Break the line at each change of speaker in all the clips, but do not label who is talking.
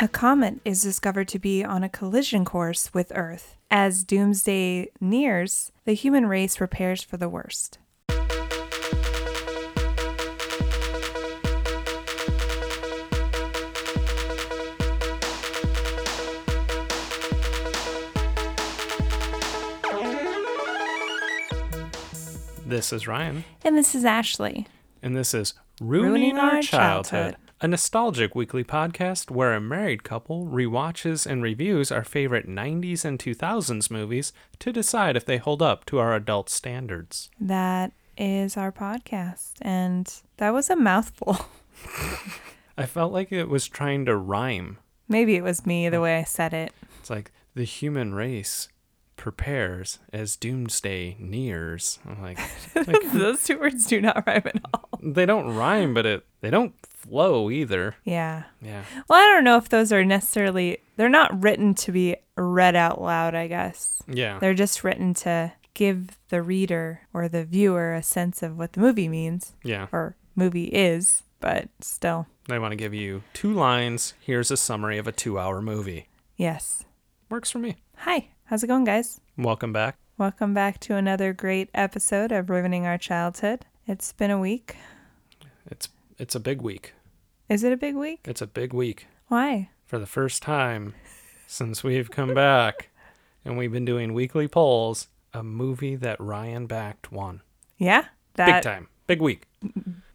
A comet is discovered to be on a collision course with Earth. As doomsday nears, the human race prepares for the worst.
This is Ryan,
And this is Ashley.
and this is Ruining,
Ruining
Our,
Our
childhood,
Childhood.
a nostalgic weekly podcast where a married couple rewatches and reviews our favorite 90s and 2000s movies to decide if they hold up to our adult standards.
That is our podcast. And that was a mouthful.
I felt like it was trying to rhyme.
Maybe it was me the way I said it.
It's like the human race prepares as doomsday nears. I'm like, like
Those two words do not rhyme at all.
they don't rhyme, but it they don't flow either.
Yeah.
Yeah.
Well, I don't know if those are necessarily, they're not written to be read out loud, I guess.
Yeah.
They're just written to give the reader or the viewer a sense of what the movie means
Yeah.
or movie is, but still,
They want to give you two lines. Here's a summary of a two hour movie.
yes.
Works for me.
Hi, how's it going, guys?
Welcome back.
Welcome back to another great episode of Ruining Our Childhood. It's been a week.
It's it's a big week.
Is it a big week?
It's a big week
Why?
for the first time since we've come back and we've been doing weekly polls. A movie that Ryan backed won.
Yeah,
Big
that
time. Big week.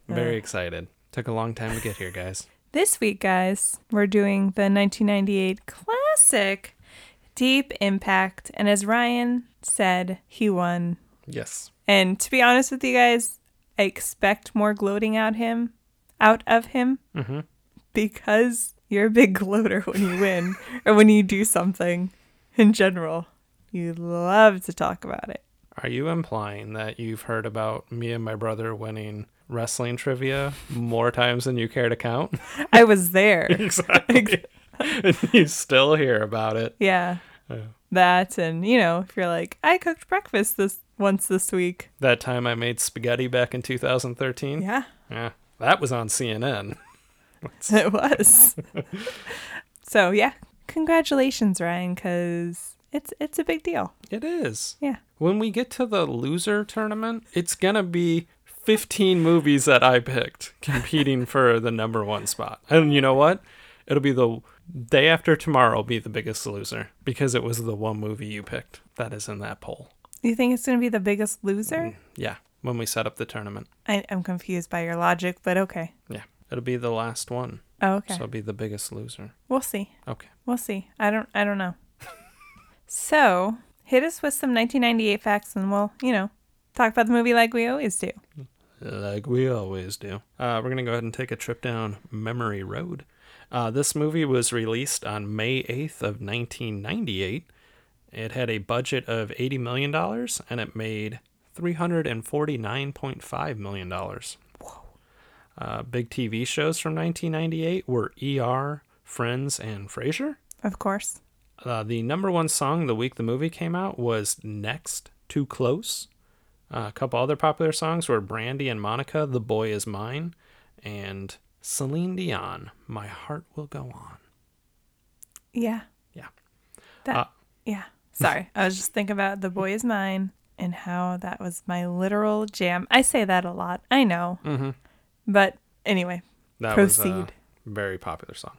Very excited. Took a long time to get here, guys.
This week, guys, we're doing the 1998 classic Deep Impact. And as Ryan said, he won.
Yes.
And to be honest with you guys, I expect more gloating out him, out of him, because you're a big gloater when you win or when you do something in general. You love to talk about it.
Are you implying that you've heard about me and my brother winning wrestling trivia more times than you care to count?
I was there.
exactly. and you still hear about it.
Yeah. That and you know, if you're like, I cooked breakfast this once this week.
That time I made spaghetti back in 2013.
Yeah.
Yeah, that was on CNN.
It was. so yeah, congratulations, Ryan, because it's it's a big deal.
It is.
Yeah.
When we get to the loser tournament, it's going to be 15 movies that I picked competing for the number one spot. And you know what? It'll be the day after tomorrow, will be the biggest loser because it was the one movie you picked that is in that poll.
You think it's gonna be the biggest loser?
Yeah, when we set up the tournament.
I, I'm confused by your logic, but okay.
Yeah, it'll be the last one.
Oh, okay.
So it'll be the biggest loser.
we'll see.
Okay.
We'll see. I don't I don't know. so hit us with some 1998 facts, and we'll you know talk about the movie like we always do.
like we always do. Uh, we're going to go ahead and take a trip down memory road. Uh, this movie was released on May 8th of 1998. It had a budget of $80 million and it made $349.5 million. Whoa. Uh, big TV shows from 1998 were ER, Friends, and Frasier.
Of course.
Uh, the number one song the week the movie came out was Next, Too Close. Uh, a couple other popular songs were Brandy and Monica, The Boy Is Mine, and Celine Dion, My Heart Will Go On.
Yeah.
Yeah.
That.
Uh,
yeah. Sorry, I was just thinking about "The Boy Is Mine" and how that was my literal jam. I say that a lot. I know.
Mm-hmm.
But anyway,
That was
Proceed.
a very popular song.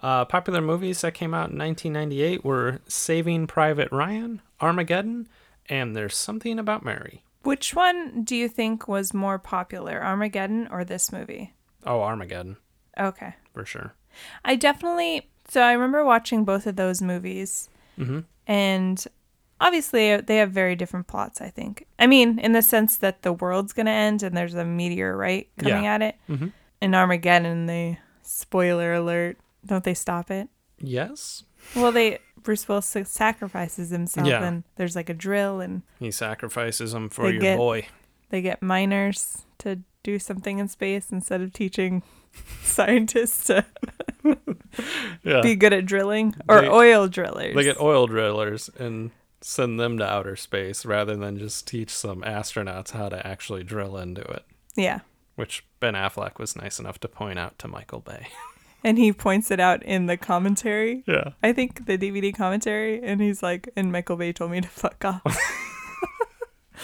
Uh, popular movies that came out in 1998 were Saving Private Ryan, Armageddon, and There's Something About Mary.
which one do you think was more popular, Armageddon or this movie?
Oh, Armageddon,
Okay.
for sure.
I definitely. So I remember watching both of those movies,
Mm-hmm.
and obviously they have very different plots. I think. I mean, in the sense that the world's gonna end and there's a meteorite coming
Yeah. Mm-hmm.
at it. In Armageddon, they spoiler alert. Don't they stop it?
Yes,
Well, they Bruce Willis sa- sacrifices himself,
Yeah.
and there's like a drill, and
he sacrifices him for
They
your
get-
boy.
they get miners to do something in space instead of teaching scientists to
Yeah.
be good at drilling or
Uh, They-
oil drillers.
They get oil drillers and send them to outer space rather than just teach some astronauts how to actually drill into it,
yeah.
which Ben Affleck was nice enough to point out to Michael Bay.
and he points it out in the commentary.
Yeah.
I think the DVD commentary, and he's like, and Michael Bay told me to fuck off.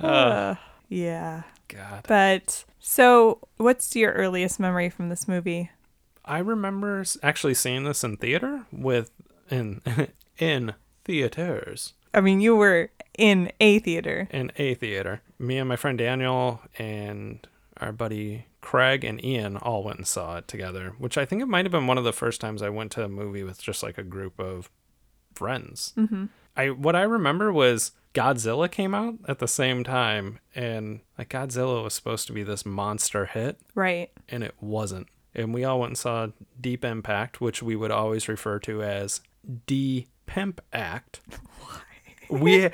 Uh, yeah.
God.
But so, what's your earliest memory from this movie?
I remember s- actually seeing this in theater with in in theaters
I mean, you were in a theater.
in a theater. Me and my friend Daniel and our buddy Craig and Ian all went and saw it together, which I think it might have been one of the first times I went to a movie with just like a group of friends. Mm-hmm. I what I remember was Godzilla came out at the same time, and like Godzilla was supposed to be this monster hit,
Right.
and it wasn't. And we all went and saw Deep Impact, which we would always refer to as D Pimp Act. Why? We,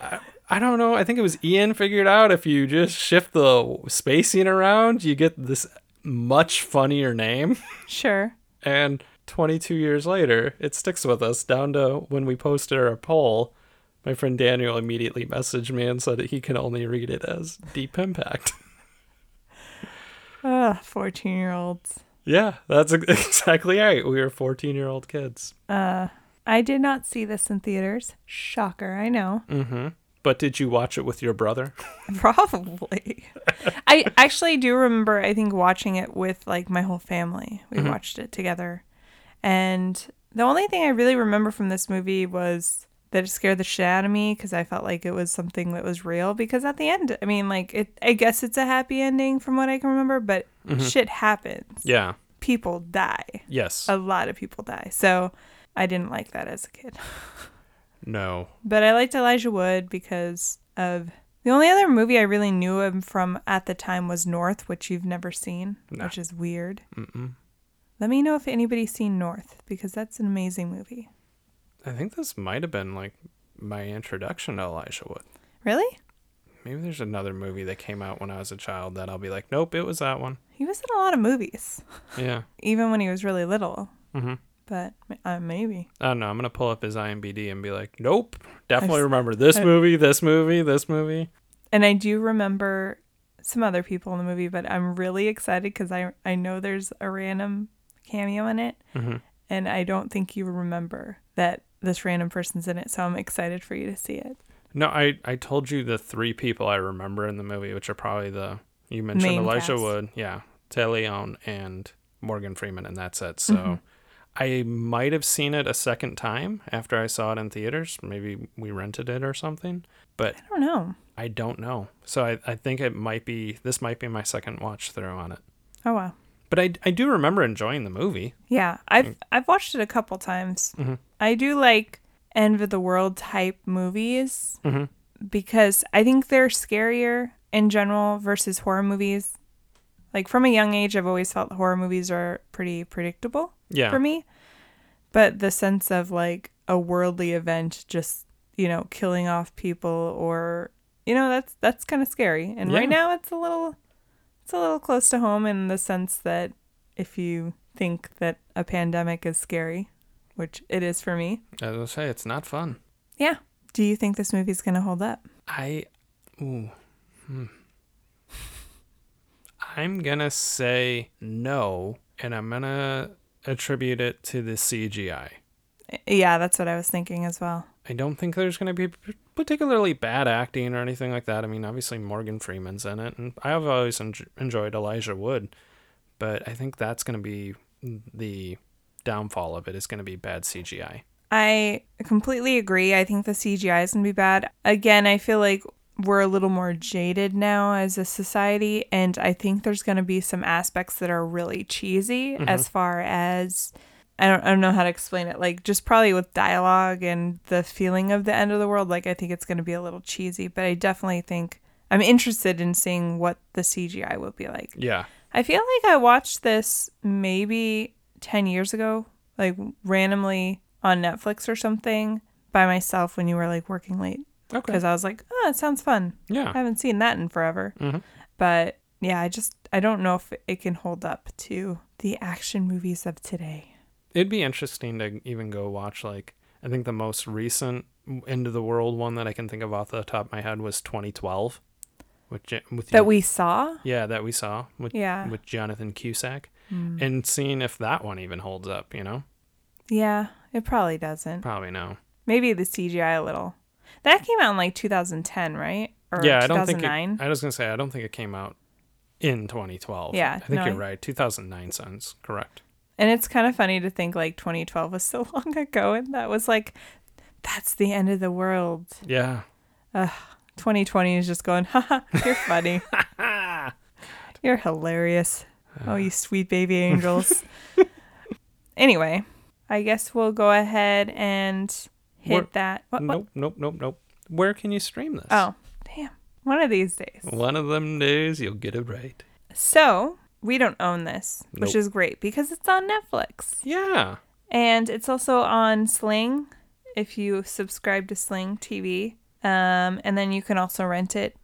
I, I don't know. I think it was Ian figured out if you just shift the spacing around, you get this much funnier name.
Sure.
And 22 years later, it sticks with us down to when we posted our poll. My friend Daniel immediately messaged me and said that he can only read it as Deep Impact.
Ugh, 14 year olds.
Yeah, that's ex- exactly right. We were 14 year old kids.
I did not see this in theaters. Shocker, I know.
But did you watch it with your brother?
Probably. I actually do remember, I think, watching it with like my whole family. We watched it together. And the only thing I really remember from this movie was that it scared the shit out of me because I felt like it was something that was real. Because at the end, I mean, like, it, I guess it's a happy ending from what I can remember, but shit happens.
Yeah.
People die.
Yes.
A lot of people die. So I didn't like that as a kid.
no.
But I liked Elijah Wood because of the only other movie I really knew him from at the time was North, which you've never seen,
No.
which is weird.
Mm-mm.
Let me know if anybody's seen North because that's an amazing movie.
I think this might have been like my introduction to Elijah Wood.
Really?
Maybe there's another movie that came out when I was a child that I'll be like, nope, it was that one.
He was in a lot of movies,
Yeah.
even when he was really little.
Mm-hmm.
But uh, maybe.
I don't know. I'm going to pull up his IMBD and be like, nope, definitely
I've-
remember this
I've-
movie, this movie, this movie.
And I do remember some other people in the movie, but I'm really excited because I I know there's a random cameo in it,
Mhm.
and I don't think you remember that this random person's in it. So I'm excited for you to see it.
No, I, I told you the three people I remember in the movie, which are probably the you mentioned
Main
Elijah
cast.
Wood, yeah, Teleon and Morgan Freeman, and that's it. So
Mm-hmm.
I might have seen it a second time after I saw it in theaters. Maybe we rented it or something, but
I don't know.
I don't know. So I, I think it might be this might be my second watch through on it.
Oh wow.
But I, I do remember enjoying the movie.
Yeah, I've I've watched it a couple times. I do like end of the world type movies
Mhm.
because I think they're scarier in general versus horror movies. Like from a young age, I've always felt horror movies are pretty predictable
Yeah.
for me. But the sense of like a worldly event, just you know, killing off people, or you know, that's that's kind of scary. And
Yeah.
right now, it's a little, it's a little close to home in the sense that if you think that a pandemic is scary, which it is for me,
As I say, it's not fun.
yeah. Do you think this movie's gonna hold up?
I, ooh, hmm. I'm gonna say no, and I'm gonna attribute it to the CGI.
Yeah, that's what I was thinking as well.
I don't think there's gonna be p- particularly bad acting or anything like that. I mean, obviously Morgan Freeman's in it, and I've always en- enjoyed Elijah Wood, but I think that's gonna be the downfall of it. Is gonna be bad CGI.
I completely agree. I think the CGI is going to be bad. Again, I feel like we're a little more jaded now as a society, and I think there's going to be some aspects that are really cheesy as far as. I don't, I don't know how to explain it. Like, just probably with dialogue and the feeling of the end of the world, like, I think it's going to be a little cheesy, but I definitely think I'm interested in seeing what the CGI will be like.
Yeah,
I feel like I watched this maybe 10 years ago, like randomly on Netflix or something by myself when you were like working late.
Okay.
Because I was like, oh, it sounds fun.
yeah.
I haven't seen that in forever.
Mhm.
But yeah, I just, I don't know if it can hold up to the action movies of today.
it'd be interesting to even go watch like i think the most recent end of the world one that i can think of off the top of my head was 2012 with, Ja- with
That
you-
we saw?
yeah that we saw with
Yeah. Hmm.
with jonathan cusack and seeing if that one even holds up, you know?
Yeah, it probably doesn't.
Probably no.
Maybe the CGI a little. That came out in like 2010, right? Or
yeah, I don't think it,
2009.
I was going to say I don't think it came out in 2012.
Yeah,
I think
no,
you're
I-
right. 2009 sounds correct.
And it's kind of funny to think like 2012 was so long ago and that was like that's the end of the world.
Yeah.
2020 is just going, haha, you're funny. you're hilarious. Oh, you sweet baby angels. anyway, I guess we'll go ahead and hit
We're-
that. What, what?
Nope, nope, nope, nope. Where can you stream this?
Oh, damn. One of these days.
One of them days you'll get it right.
So, we don't own this, which
Nope.
is great because it's on Netflix.
Yeah.
And it's also on Sling if you subscribe to Sling TV. Um, and then you can also rent it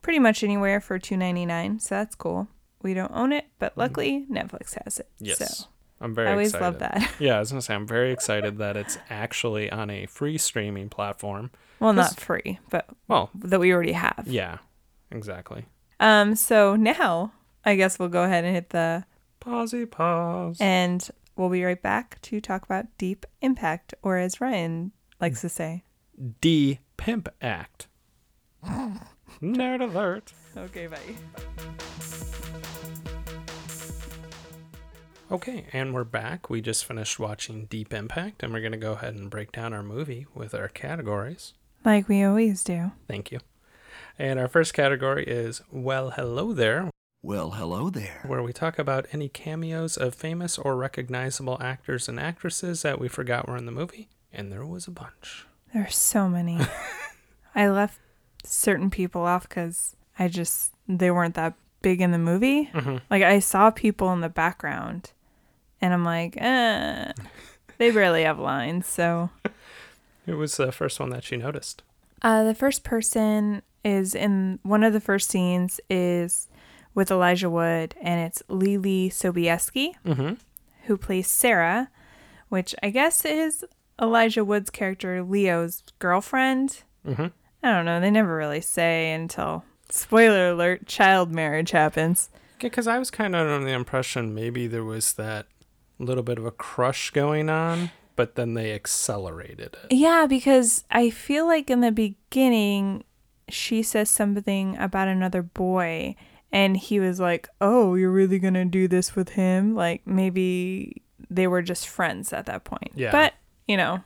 pretty much anywhere for two ninety nine. So that's cool. We don't own it, but luckily Netflix has it.
Mm-hmm. Yes.
So
I'm very
I always
excited.
love that.
Yeah, I was going to say, I'm very excited that it's actually on a free streaming platform.
well,
This-
not free, but
Well,
that we already have.
yeah, exactly.
Um, so now I guess we'll go ahead and hit the
Pausey pause.
and we'll be right back to talk about deep impact, or as Ryan
Mm.
likes to say.
D Pimp Act. Nerd alert.
Okay, bye.
Okay, and we're back. We just finished watching Deep Impact, and we're going to go ahead and break down our movie with our categories.
Like we always do.
Thank you. And our first category is Well Hello There,
Well, hello there.
where we talk about any cameos of famous or recognizable actors and actresses that we forgot were in the movie. And there was a bunch.
There are so many. I left certain people off because I just, they weren't that big in the movie. Like, I saw people in the background and I'm like, eh, they barely have lines. So,
It was the first one that she noticed.
uh, the first person is in one of the first scenes is with Elijah Wood and it's Lily Sobieski,
Mhm.
who plays Sarah, which I guess is Elijah Wood's character, Leo's girlfriend.
Mhm.
I don't know. They never really say until spoiler alert: child marriage happens.
Because I was kind of under the impression maybe there was that little bit of a crush going on, but then they accelerated it.
Yeah, because I feel like in the beginning she says something about another boy, and he was like, "Oh, you're really gonna do this with him?" Like maybe they were just friends at that point.
Yeah.
But you know,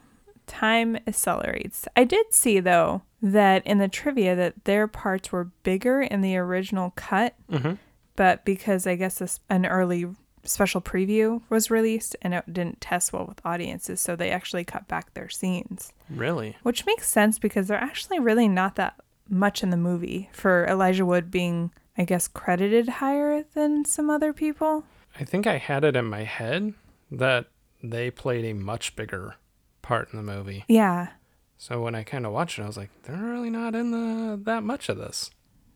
time accelerates. I did see though that in the trivia that their parts were bigger in the original cut
Mm-hmm.
but because I guess this, an early special preview was released and it didn't test well with audiences, so they actually cut back their scenes,
Really?
which makes sense because they're actually really not that much in the movie for Elijah Wood being, I guess, credited higher than some other people.
I think I had it in my head that they played a much bigger part in the movie.
Yeah,
So when I kind of watched it, I was like, they're really not in the that much of this.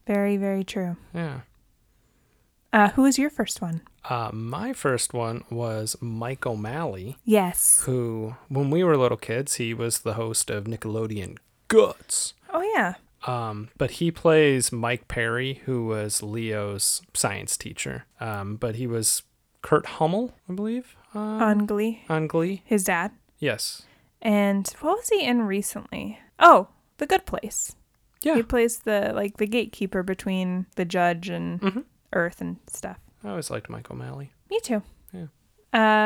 very, very true.
Yeah.
Uh, who was your first one?
Uh, my first one was Mike O'Malley,
Yes.
who, when we were little kids, he was the host of Nickelodeon Guts.
Oh, yeah.
Um, but he plays Mike Perry, who was Leo's science teacher. Um, but he was Kurt Hummel, I believe, uh,
On Glee,
on Glee.
his dad.
Yes.
And what was he in recently? Oh, The Good Place.
Yeah.
He plays the like the gatekeeper between the judge and Earth and stuff.
I always liked Mike O'Malley.
Me too.
Yeah.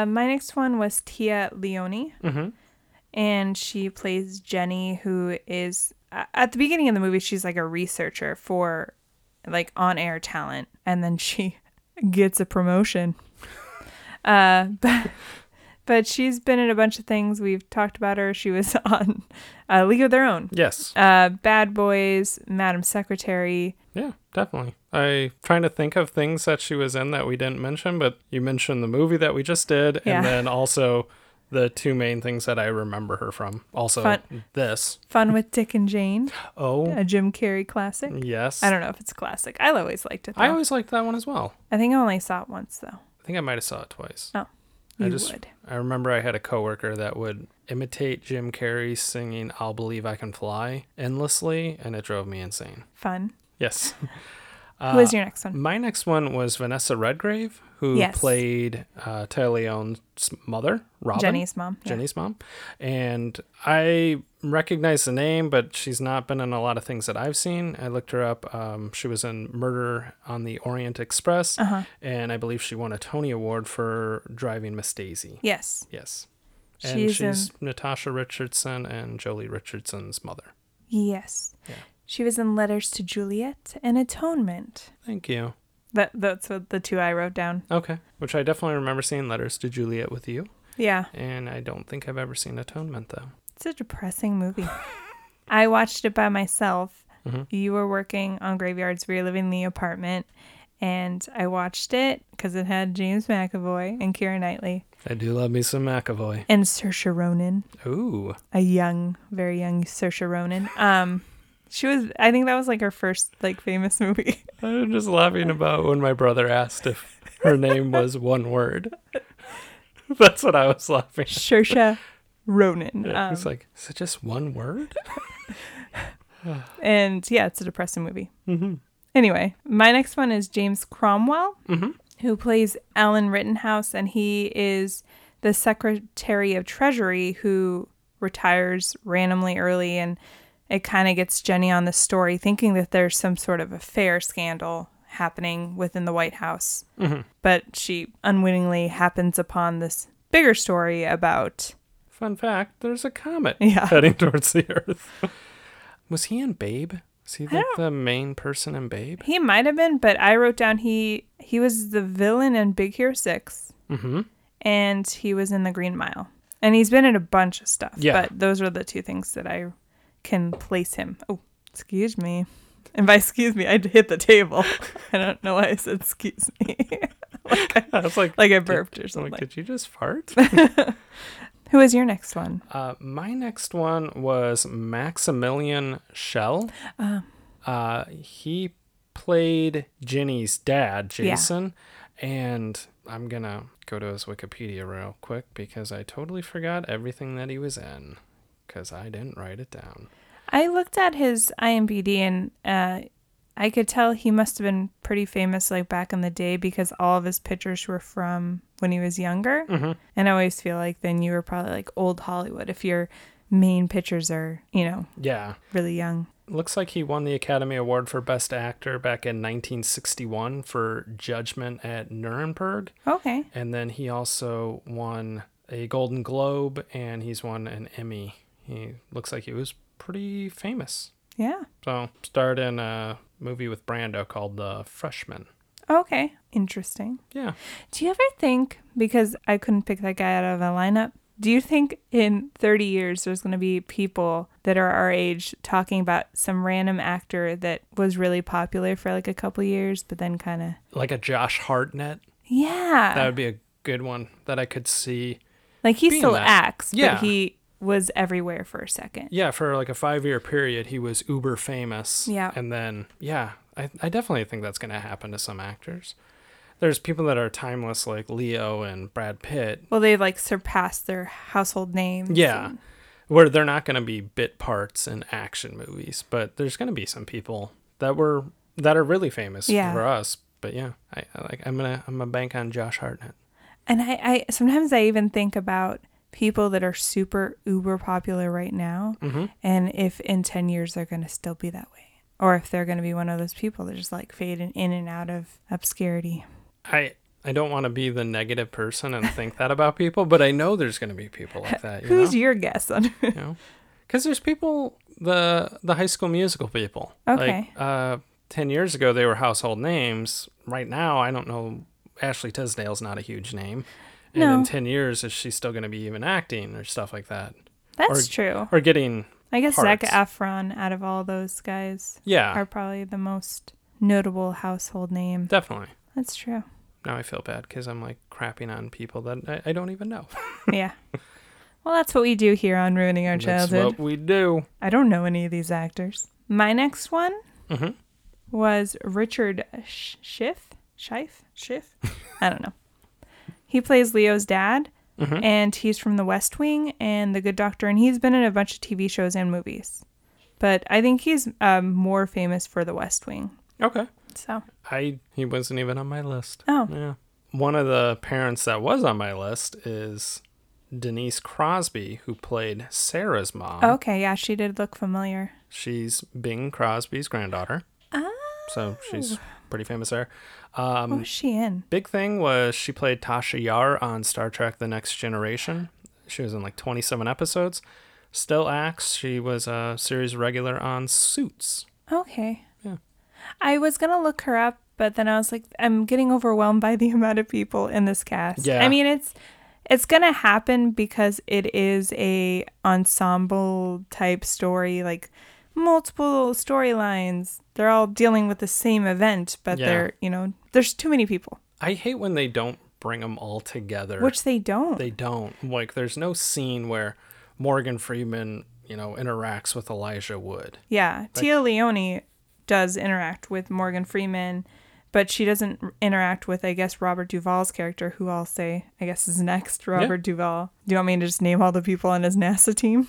Uh, my next one was Tia Leone,
Mhm.
and she plays Jenny, who is a- at the beginning of the movie. She's like a researcher for like on-air talent, and then she gets a promotion. uh, but but she's been in a bunch of things. We've talked about her. She was on uh, League of Their Own.
Yes.
Uh, Bad Boys, Madam Secretary,
Yeah, definitely. I trying to think of things that she was in that we didn't mention, but you mentioned the movie that we just did,
Yeah.
and then also the two main things that I remember her from. Also
Fun-
this.
Fun with Dick and Jane,
Oh
a Jim Carrey classic.
yes.
I don't know if it's a classic. I always liked it. Though.
I
I,
always liked that one as well.
think I only saw it once though.
I think I might have saw it twice.
Oh,
I
you
just-
would.
I remember I had a coworker that would imitate Jim Carrey singing "I'll Believe I Can Fly" endlessly, and it drove me insane.
Fun.
Yes.
Who is your next one?
My next one was Vanessa Redgrave, who
Yes.
played uh, Taya Leone's mother, Robin.
Jenny's mom. yeah.
Jenny's mom. And I recognize the name, but she's not been in a lot of things that I've seen. I looked her up. Um, she was in Murder on the Orient Express,
Uh-huh.
and I believe she won a Tony Award for driving Miss Daisy.
Yes.
Yes. And
She's
she's, Natasha Richardson and Jolie Richardson's mother.
Yes. She was in Letters to Juliet and Atonement.
Thank you.
That that's what the two I wrote down.
Okay. Which I definitely remember seeing Letters to Juliet with you.
Yeah.
And I don't think I've ever seen Atonement, though.
It's a depressing movie. I watched it by myself.
Mm-hmm.
You were working on Graveyards Reliving the Apartment, and I watched it because it had James McAvoy and Kira Knightley
I do love me some McAvoy.
and Saoirse Ronan,
Ooh.
a young, very young Saoirse Ronan. Um, she was. I think that was like her first like famous movie.
I'm just laughing about when my brother asked if her name was one word. That's what I was laughing. at.
Saoirse Ronan.
Yeah,
Um,
He's like, is it just one word?
and yeah, it's a depressing movie. Anyway, my next one is James Cromwell, who plays Alan Rittenhouse, and he is the Secretary of Treasury who retires randomly early, and it kind of gets Jenny on the story, thinking that there's some sort of affair scandal happening within the White House, but she unwittingly happens upon this bigger story about
Fun fact: There's a comet
Yeah.
heading towards the Earth. Was he in Babe? Is he like
don't-
the main person in Babe?
He might have been, but I wrote down he he was the villain in Big Hero 6
Mm-hmm.
and he was in The Green Mile, and he's been in a bunch of stuff.
Yeah.
but those are the two things that I can place him. Oh, excuse me, and by excuse me, I hit the table. I don't know why I said excuse me,
I was like,
like I burped or
I'm like,
something.
did you just fart?
Who is your next one?
Uh, my next one was Maximilian Schell. Uh, he played Ginny's dad,
Yeah.
Jason, and I'm gonna go to his Wikipedia real quick because I totally forgot everything that he was in because I didn't write it down.
I looked at his IMBD and uh, I could tell he must have been pretty famous like back in the day because all of his pictures were from when he was younger. And I always feel like then you were probably like old Hollywood if your main pictures are, you know,
Yeah,
really young.
looks like he won the Academy Award for Best Actor back in 1961 for Judgment at Nuremberg.
Okay.
And then he also won a Golden Globe and he's won an Emmy. He looks like he was pretty famous.
Yeah.
So, starred in a movie with Brando called The Freshman.
Okay. Interesting.
Yeah.
Do you ever think, because I couldn't pick that guy out of a lineup, do you think in 30 years there's going to be people that are our age talking about some random actor that was really popular for like a couple years, but then kind of,
Like a Josh Hartnett.
yeah.
That would be a good one that I could see.
like he
being
still
that.
acts,
Yeah.
but he was everywhere for a second.
Yeah, for like a five year period, he was uber famous.
Yeah.
And then, yeah, I, I definitely think that's going to happen to some actors. There's people that are timeless, like Leo and Brad Pitt,
Well, they've like surpassed their household names.
Yeah.
and-
Where they're not going to be bit parts in action movies, but there's going to be some people that were that are really famous
Yeah.
for us. But yeah, I, I like I'm gonna I'm gonna bank on Josh Hartnett.
And I, I sometimes I even think about people that are super uber popular right now,
Mm-hmm.
and if in ten years they're going to still be that way, or if they're going to be one of those people that just like fade in, in and out of obscurity.
I I don't want to be the negative person and think that about people, but I know there's going to be people like that. You
Who's
know?
your guess on?
you? know? 'Cause there's people the the High School Musical people.
Okay.
Like, uh, ten years ago they were household names. Right now, I don't know. Ashley Tisdale's not a huge name. And in
No.
10 years, is she still going to be even acting or stuff like that?
That's
or-
true.
or getting
I guess Zac
parts.
Efron, out of all those guys,
yeah
are probably the most notable household name.
definitely
That's true.
now i feel bad because i'm like crapping on people that i, I don't even know
yeah. Well, that's what we do here on ruining our
that's
childhood.
what we do
I don't know any of these actors. My next one
Mhm.
was Richard Sh- Schiff. Schiff? Schiff? I don't know. He plays Leo's dad, and he's from The West Wing and The Good Doctor, and he's been in a bunch of TV shows and movies. But I think he's um, more famous for The West Wing.
okay
So
I he wasn't even on my list.
Oh.
Yeah. One of the parents that was on my list is Denise Crosby, who played Sarah's mom.
okay, yeah, she did look familiar.
She's Bing Crosby's granddaughter,
Ah,
so she's pretty famous there.
what
Um,
was she in?
big thing was she played Tasha Yar on Star Trek: The Next Generation. She was in like 27 episodes. Still acts. She was a series regular on Suits.
Okay.
Yeah.
I was gonna look her up, but then I was like, I'm getting overwhelmed by the amount of people in this cast.
Yeah.
I mean, it's it's gonna happen because it is a ensemble type story, like multiple storylines. They're all dealing with the same event, but
Yeah.
they're you know, there's too many people,
I hate when they don't bring them all together.
which they don't.
They don't. Like, there's no scene where Morgan Freeman, you know, interacts with Elijah Wood.
yeah, Tia Leone does interact with Morgan Freeman. But she doesn't r- interact with, I guess, Robert Duvall's character, who I'll say, I guess, is next. Robert Duvall. Do you want me to just name all the people on his NASA team?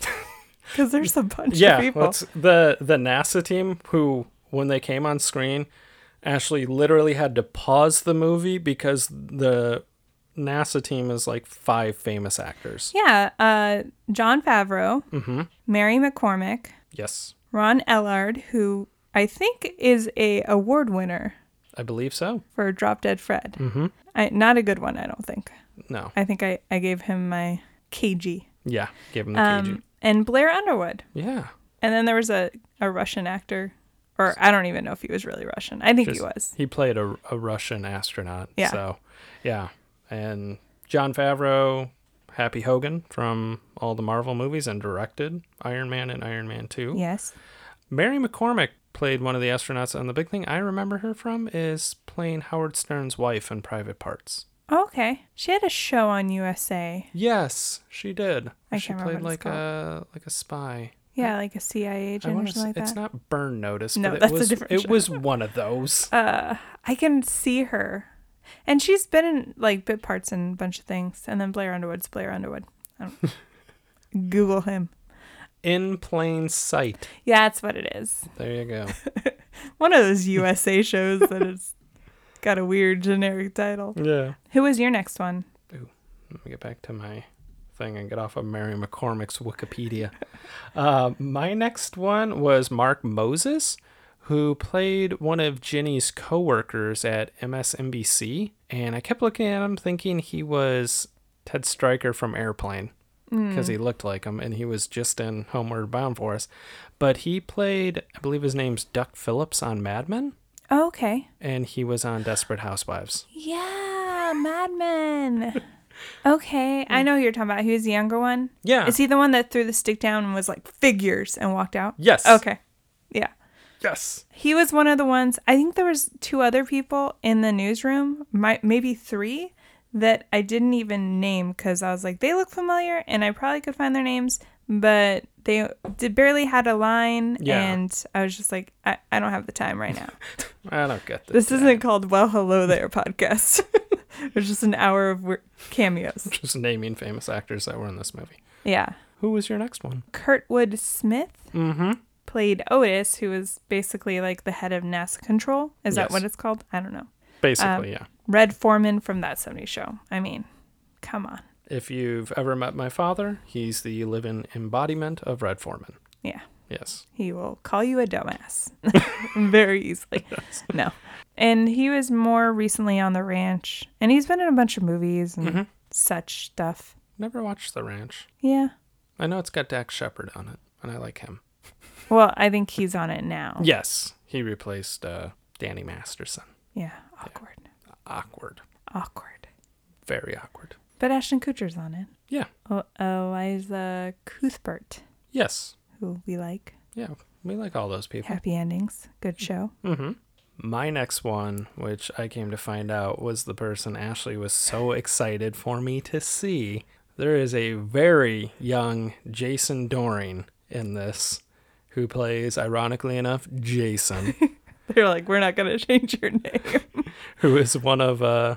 Because there's a bunch of
Yeah,
people.
what's the the NASA team who, when they came on screen, Ashley literally had to pause the movie because the NASA team is like five famous actors.
Yeah, uh, John Favreau, Mary McCormick,
Yes,
Ron Ellard, who I think is a award winner
I believe so.
for Drop Dead Fred. Mm-hmm. I, not a good one, I don't think.
No,
I think I, I gave him my KG.
yeah, give him the
Um,
KG.
and Blair Underwood.
Yeah,
And then there was a, a Russian actor, or I don't even know if he was really Russian. I think he
Just-
was.
He played a, a Russian astronaut.
Yeah.
So, yeah. And John Favreau, Happy Hogan from all the Marvel movies and directed Iron Man and Iron Man 2.
Yes.
Mary McCormick played one of the astronauts. And the big thing I remember her from is playing Howard Stern's wife in Private Parts.
Okay. She had a show on USA.
Yes, she did.
I
she
can't
played
remember what it's
like a like a spy.
Yeah, like a CIA
I
agent or
wanna
something
s-
like
it's
that.
not Burn Notice,
No,
but it
that's a
was
different
it
show.
was one of those.
uh, I can see her. And she's been in like bit parts in a bunch of things. And then Blair Underwood's Blair Underwood. I don't... Google him.
in plain sight.
Yeah, that's what it is.
There you go.
One of those USA shows that is got a weird generic title.
yeah.
Who was your next one?
Let me get back to my thing and get off of Mary McCormick's Wikipedia. uh, my next one was Mark Moses, who played one of Ginny's coworkers at MSNBC. And I kept looking at him thinking he was Ted Stryker from Airplane
Hmm.
because he looked like him and he was just in Homeward Bound for us. But he played, I believe his name's Duck Phillips on Mad Men,
Oh, okay.
and he was on Desperate Housewives.
Yeah, Mad Men. Okay, I know who you're talking about. He was the younger one.
Yeah.
Is he the one that threw the stick down and was like figures and walked out?
Yes.
Okay. Yeah.
Yes.
He was one of the ones. I think there was two other people in the newsroom, my, maybe three that I didn't even name cuz I was like they look familiar and I probably could find their names, but they did barely had a line
Yeah.
and I was just like I, I don't have the time right now.
I don't get this.
This isn't called Well Hello There podcast. it's just an hour of weir- cameos.
just naming famous actors that were in this movie.
Yeah.
Who was your next one?
Kurtwood Smith
Mm-hmm.
played Otis, who was basically like the head of NASA control. Is
Yes.
that what it's called? I don't know.
Basically, yeah.
Red Foreman from that 70s show. I mean, come on.
If you've ever met my father, he's the living embodiment of Red Foreman.
Yeah.
Yes.
He will call you a dumbass very easily. No. And he was more recently on The Ranch, and he's been in a bunch of movies and such stuff.
Never watched The Ranch.
Yeah.
I know it's got Dax Shepard on it, and I like him.
Well, I think he's on it now.
Yes, he replaced uh, Danny Masterson.
Yeah. Awkward.
Awkward.
Awkward.
Very awkward.
But Ashton Kutcher's on it.
Yeah.
Oh, Eliza Cuthbert,
Yes.
who we like.
Yeah. We like all those people.
Happy Endings. Good show.
Mm-hmm. My next one, which I came to find out was the person Ashley was so excited for me to see. There is a very young Jason Doring in this who plays, ironically enough, Jason,
They're like, we're not going to change your name.
who is one of uh,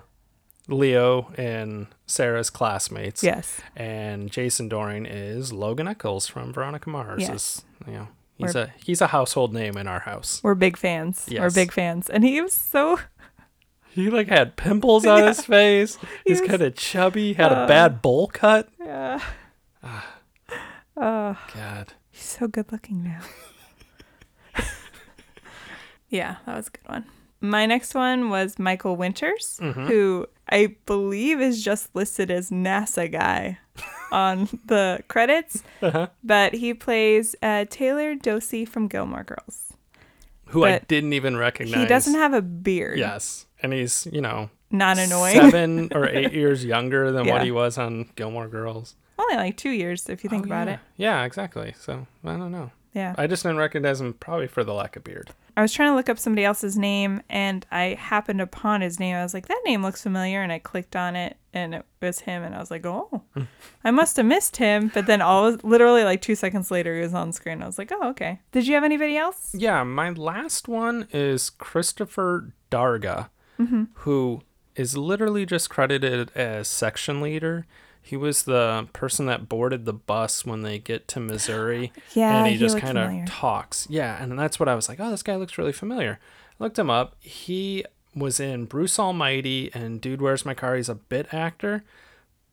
Leo and Sarah's classmates.
yes.
And Jason Doring is Logan Eccles from Veronica Mars.
Yes.
Is, you know, He's a he's a household name in our house.
We're big fans. We're
Yes.
big fans. And he was so
He like had pimples on his face.
He
He's
was-
kind of chubby. Had a bad bowl cut.
uh,
God.
he's so good looking now. yeah, that was a good one. My next one was Michael Winters,
Mm-hmm.
who I believe is just listed as NASA guy on the credits,
Uh-huh.
but he plays uh, Taylor Dosey from Gilmore Girls.
Who I
But
didn't even recognize.
He doesn't have a beard.
Yes, and he's you know
Not annoying.
seven or eight years younger than
Yeah.
what he was on Gilmore Girls.
Only like two years if you think about
Oh, yeah.
it.
Yeah, exactly. So I don't know.
Yeah.
I just didn't recognize him probably for the lack of beard.
I was trying to look up somebody else's name and I happened upon his name. I was like, that name looks familiar. And I clicked on it and it was him. And I was like, oh, I must have missed him. But then all literally like two seconds later, he was on screen. I was like, oh, okay. Did you have anybody else?
Yeah, my last one is Christopher Darga, who is literally just credited as section leader. He was the person that boarded the bus when they get to Missouri.
Yeah,
and he,
he
just
looked
kind
familiar.
of talks. Yeah, and that's what I was like, oh, this guy looks really familiar. I looked him up. He was in Bruce Almighty and Dude Where's My Car. He's a bit actor.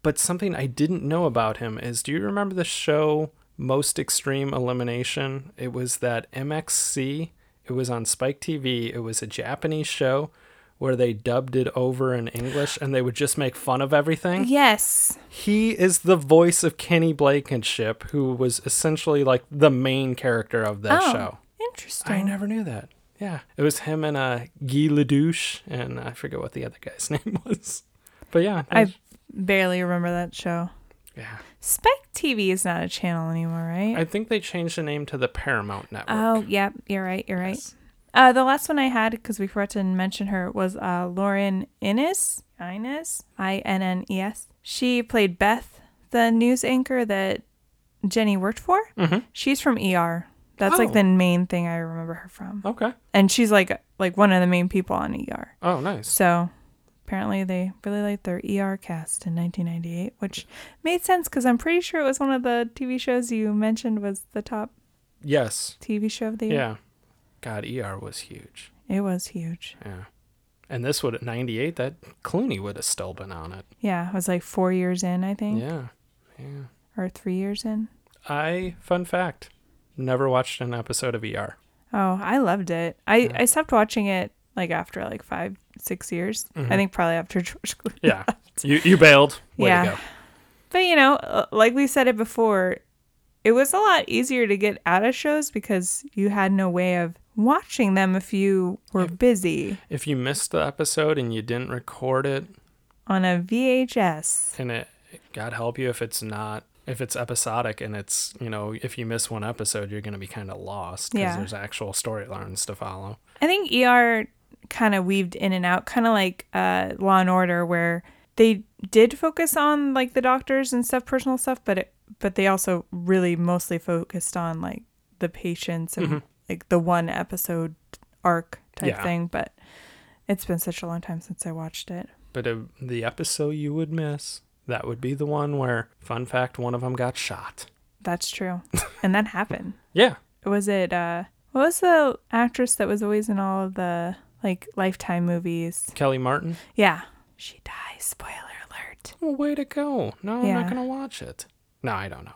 But something I didn't know about him is do you remember the show Most Extreme Elimination? It was that MXC. It was on Spike TV. It was a Japanese show where they dubbed it over in English and they would just make fun of everything.
Yes.
He is the voice of Kenny Blankenship, who was essentially like the main character of that
oh,
show.
interesting.
I never knew that. Yeah. It was him and uh, Guy Ledouche, and I forget what the other guy's name was. But yeah. it
I
was-
barely remember that show.
yeah.
Spike TV is not a channel anymore, right?
I think they changed the name to the Paramount Network.
Oh, yeah, you're right. You're right.
Yes.
Uh, the last one I had, because we forgot to mention her, was uh, Lauren Innes. Innes? I N N E S. She played Beth, the news anchor that Jenny worked for.
Mhm.
She's from ER. That's like
Oh.
the main thing I remember her from.
Okay.
And she's like like one of the main people on ER.
Oh, nice.
So apparently they really liked their ER cast in 1998, which made sense because I'm pretty sure it was one of the TV shows you mentioned was the top
Yes.
TV show of the year.
Yeah. God, ER was huge.
It was huge.
Yeah. And this would at 98, that Clooney would have still been on it.
Yeah, I was like four years in, I think,
Yeah. Yeah.
or three years in.
I, fun fact, never watched an episode of ER.
Oh, I loved it. I, I stopped watching it like after like five, six years. I think probably after George Clooney.
Yeah. you you bailed. Way
Yeah.
to go.
But you know, uh, like we said it before, it was a lot easier to get out of shows because you had no way of watching them if you were busy
If you missed the episode and you didn't record it,
on a VHS.
and it, God help you if it's not, if it's episodic and it's, you know, if you miss one episode, you're going to be kind of lost because
Yeah.
there's actual storylines to follow.
I think ER kind of weaved in and out, kind of like uh, Law and Order, where they did focus on like the doctors and stuff, personal stuff, but it, but they also really mostly focused on like the patients and like the one episode arc type
Yeah.
thing. But it's been such a long time since I watched it.
But uh the episode you would miss, that would be the one where, fun fact, one of them got shot.
That's true, and that happened.
Yeah.
Was it uh, what was the actress that was always in all of the like Lifetime movies?
Kelly Martin.
Yeah, she dies. Spoiler alert.
Well, way to go. No, I'm
Yeah.
not going to watch it. No, I don't know.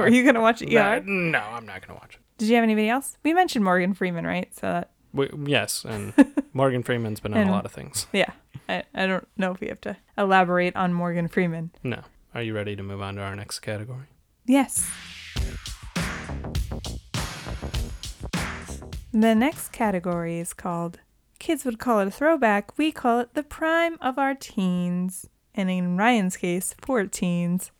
Are you gonna watch ER?
That- no, I'm not going to watch it.
Did you have anybody else? We mentioned Morgan Freeman, right? So that,
We, yes, and Morgan Freeman's been on
And-
a lot of things.
yeah, I, I don't know if we have to elaborate on Morgan Freeman.
No. Are you ready to move on to our next category?
Yes. The next category is called kids would call it a throwback. We call it the prime of our teens, and in Ryan's case, poor teens.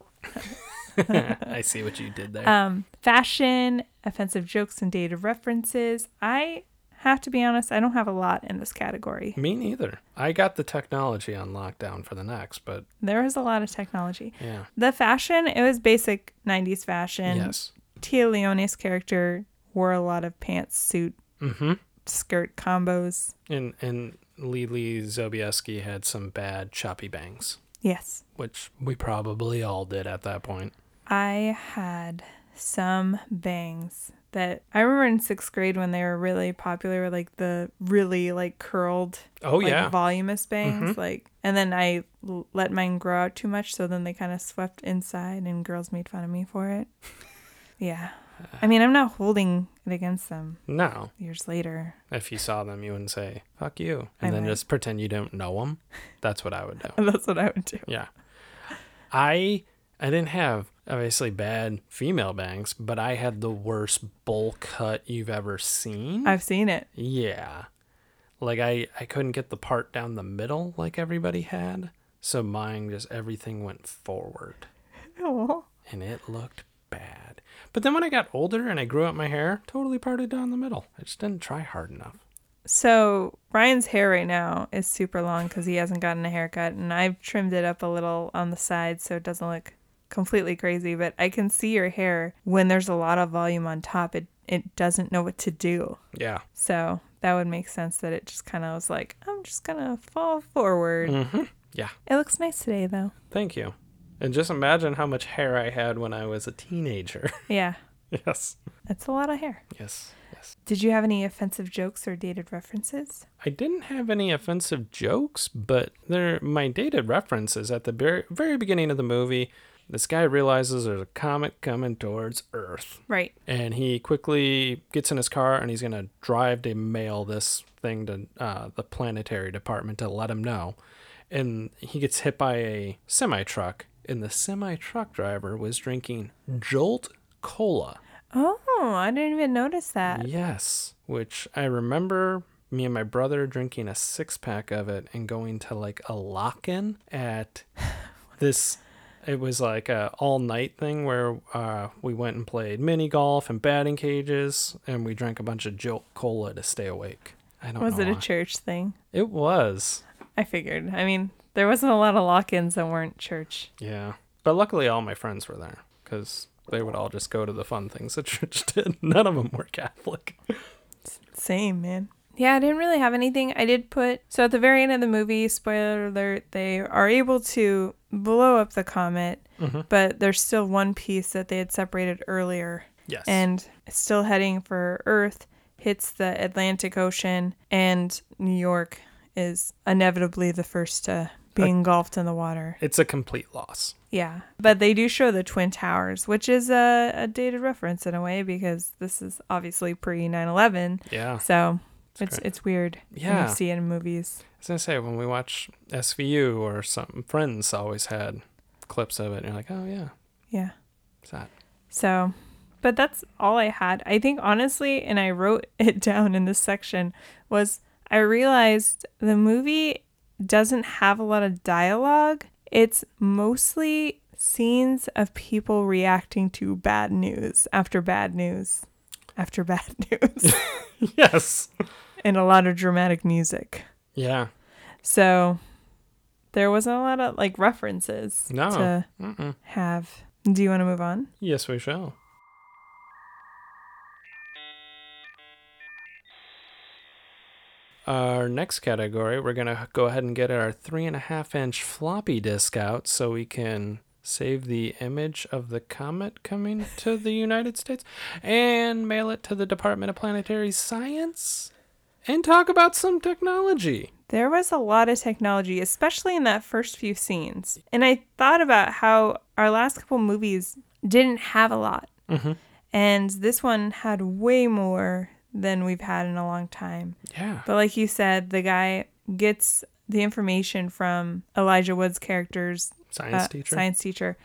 I see what you did there.
Um, fashion, offensive jokes, and dated references. I have to be honest, I don't have a lot in this category.
Me neither. I got the technology on lockdown for the next, but
There was a lot of technology.
yeah.
The fashion, it was basic 90s fashion.
yes.
Tia Leone's character wore a lot of pants, suit,
Mm-hmm.
skirt combos.
And and Lily Zobieski had some bad choppy bangs,
Yes.
which we probably all did at that point.
I had some bangs that I remember in sixth grade when they were really popular, were like the really like curled,
Oh,
like,
yeah. Mm-hmm.
voluminous bangs. Like, and then I l- let mine grow out too much, so then they kind of swept inside, and girls made fun of me for it. yeah, I mean, I'm not holding it against them.
No.
Years later,
If you saw them, you wouldn't say, fuck you. And
I
then
might.
just pretend you don't know them. That's what I would do.
that's what I would do.
Yeah. I I didn't have obviously bad female bangs, but I had the worst bowl cut you've ever seen.
I've seen it.
yeah. Like I I couldn't get the part down the middle like everybody had. So mine just everything went forward
Oh,
and it looked bad. But then when I got older and I grew out my hair, totally parted down the middle. I just didn't try hard enough.
So Ryan's hair right now is super long because he hasn't gotten a haircut, and I've trimmed it up a little on the side so it doesn't look completely crazy. But I can see your hair when there's a lot of volume on top; it it doesn't know what to do.
Yeah.
So that would make sense that it just kind of was like, I'm just gonna fall forward.
Yeah.
It looks nice today though.
Thank you. And just imagine how much hair I had when I was a teenager.
Yeah,
yes.
that's a lot of hair.
Yes. Yes.
Did you have any offensive jokes or dated references?
I didn't have any offensive jokes, but there my dated references at the very, very beginning of the movie. This guy realizes there's a comet coming towards Earth,
Right.
and he quickly gets in his car and he's gonna drive to mail this thing to uh, the planetary department to let him know. And he gets hit by a semi truck, and the semi truck driver was drinking Jolt Cola.
Oh, I didn't even notice that.
Yes, which I remember me and my brother drinking a six pack of it and going to like a lock in at this. It was like a all night thing where uh, we went and played mini golf and batting cages, and we drank a bunch of Jolt Cola to stay awake. I don't
Was
know.
it a
why.
church thing?
it was,
I figured. I mean, there wasn't a lot of lock-ins that weren't church.
yeah. But luckily, all my friends were there because they would all just go to the fun things that church did. None of them were Catholic.
Same, man. Yeah, I didn't really have anything. I did put so at the very end of the movie, spoiler alert, they are able to blow up the comet, but there's still one piece that they had separated earlier
Yes.
and it's still heading for Earth, hits the Atlantic Ocean, and New York is inevitably the first to be engulfed in the water.
it's a complete loss.
Yeah, but they do show the Twin Towers, which is a, a dated reference in a way because this is obviously pre 9 11.
Yeah.
So it's
great.
it's weird when
Yeah.
you see it in movies.
I was gonna say when we watch SVU or something, Friends always had clips of it, and you're like, oh yeah,
Yeah.
it's that.
So, but that's all I had. I think honestly, and I wrote it down in this section, was I realized the movie doesn't have a lot of dialogue. It's mostly scenes of people reacting to bad news after bad news after bad news.
Yes.
and a lot of dramatic music.
Yeah.
So there wasn't a lot of like references
No.
to
Mm-mm.
have. Do you want to move on?
Yes, we shall. Our next category, we're gonna go ahead and get our three and a half inch floppy disk out so we can save the image of the comet coming to the United States and mail it to the Department of Planetary Science and talk about some technology.
There was a lot of technology, especially in that first few scenes. And I thought about how our last couple movies didn't have a lot. And this one had way more than we've had in a long time.
Yeah.
But like you said, the guy gets the information from Elijah Wood's character's
Science
uh,
teacher.
science teacher,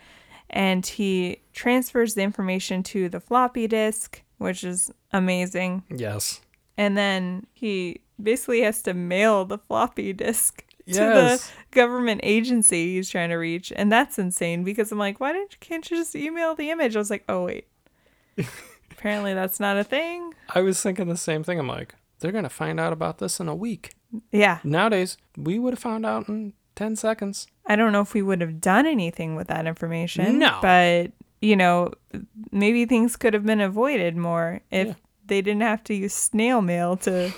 and he transfers the information to the floppy disk, which is amazing.
Yes.
And then he basically has to mail the floppy disk to
Yes.
the government agency he's trying to reach, and that's insane because I'm like, why didn't can't you just email the image? I was like, oh wait, apparently that's not a thing.
I was thinking the same thing. I'm like, they're gonna find out about this in a week.
Yeah,
Nowadays, we would have found out in 10 seconds.
I don't know if we would have done anything with that information.
No.
But, you know, maybe things could have been avoided more if
Yeah.
they didn't have to use snail mail to.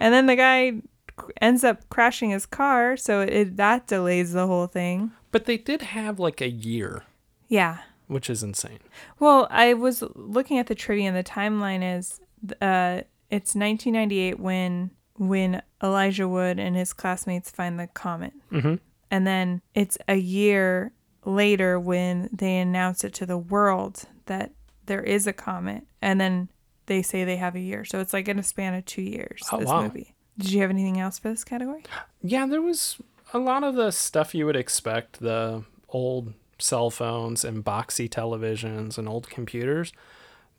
and then the guy ends up crashing his car, so it, that delays the whole thing.
But they did have like a year
Yeah.
which is insane.
Well, I was looking at the trivia, and the timeline is uh, it's 1998 when when Elijah Wood and his classmates find the comet,
Mm-hmm.
and then it's a year later when they announce it to the world that there is a comet, and then they say they have a year. So it's like in a span of two years.
Oh,
this
wow.
movie. Did you have anything else for this category?
Yeah, there was a lot of the stuff you would expect the old cell phones and boxy televisions and old computers.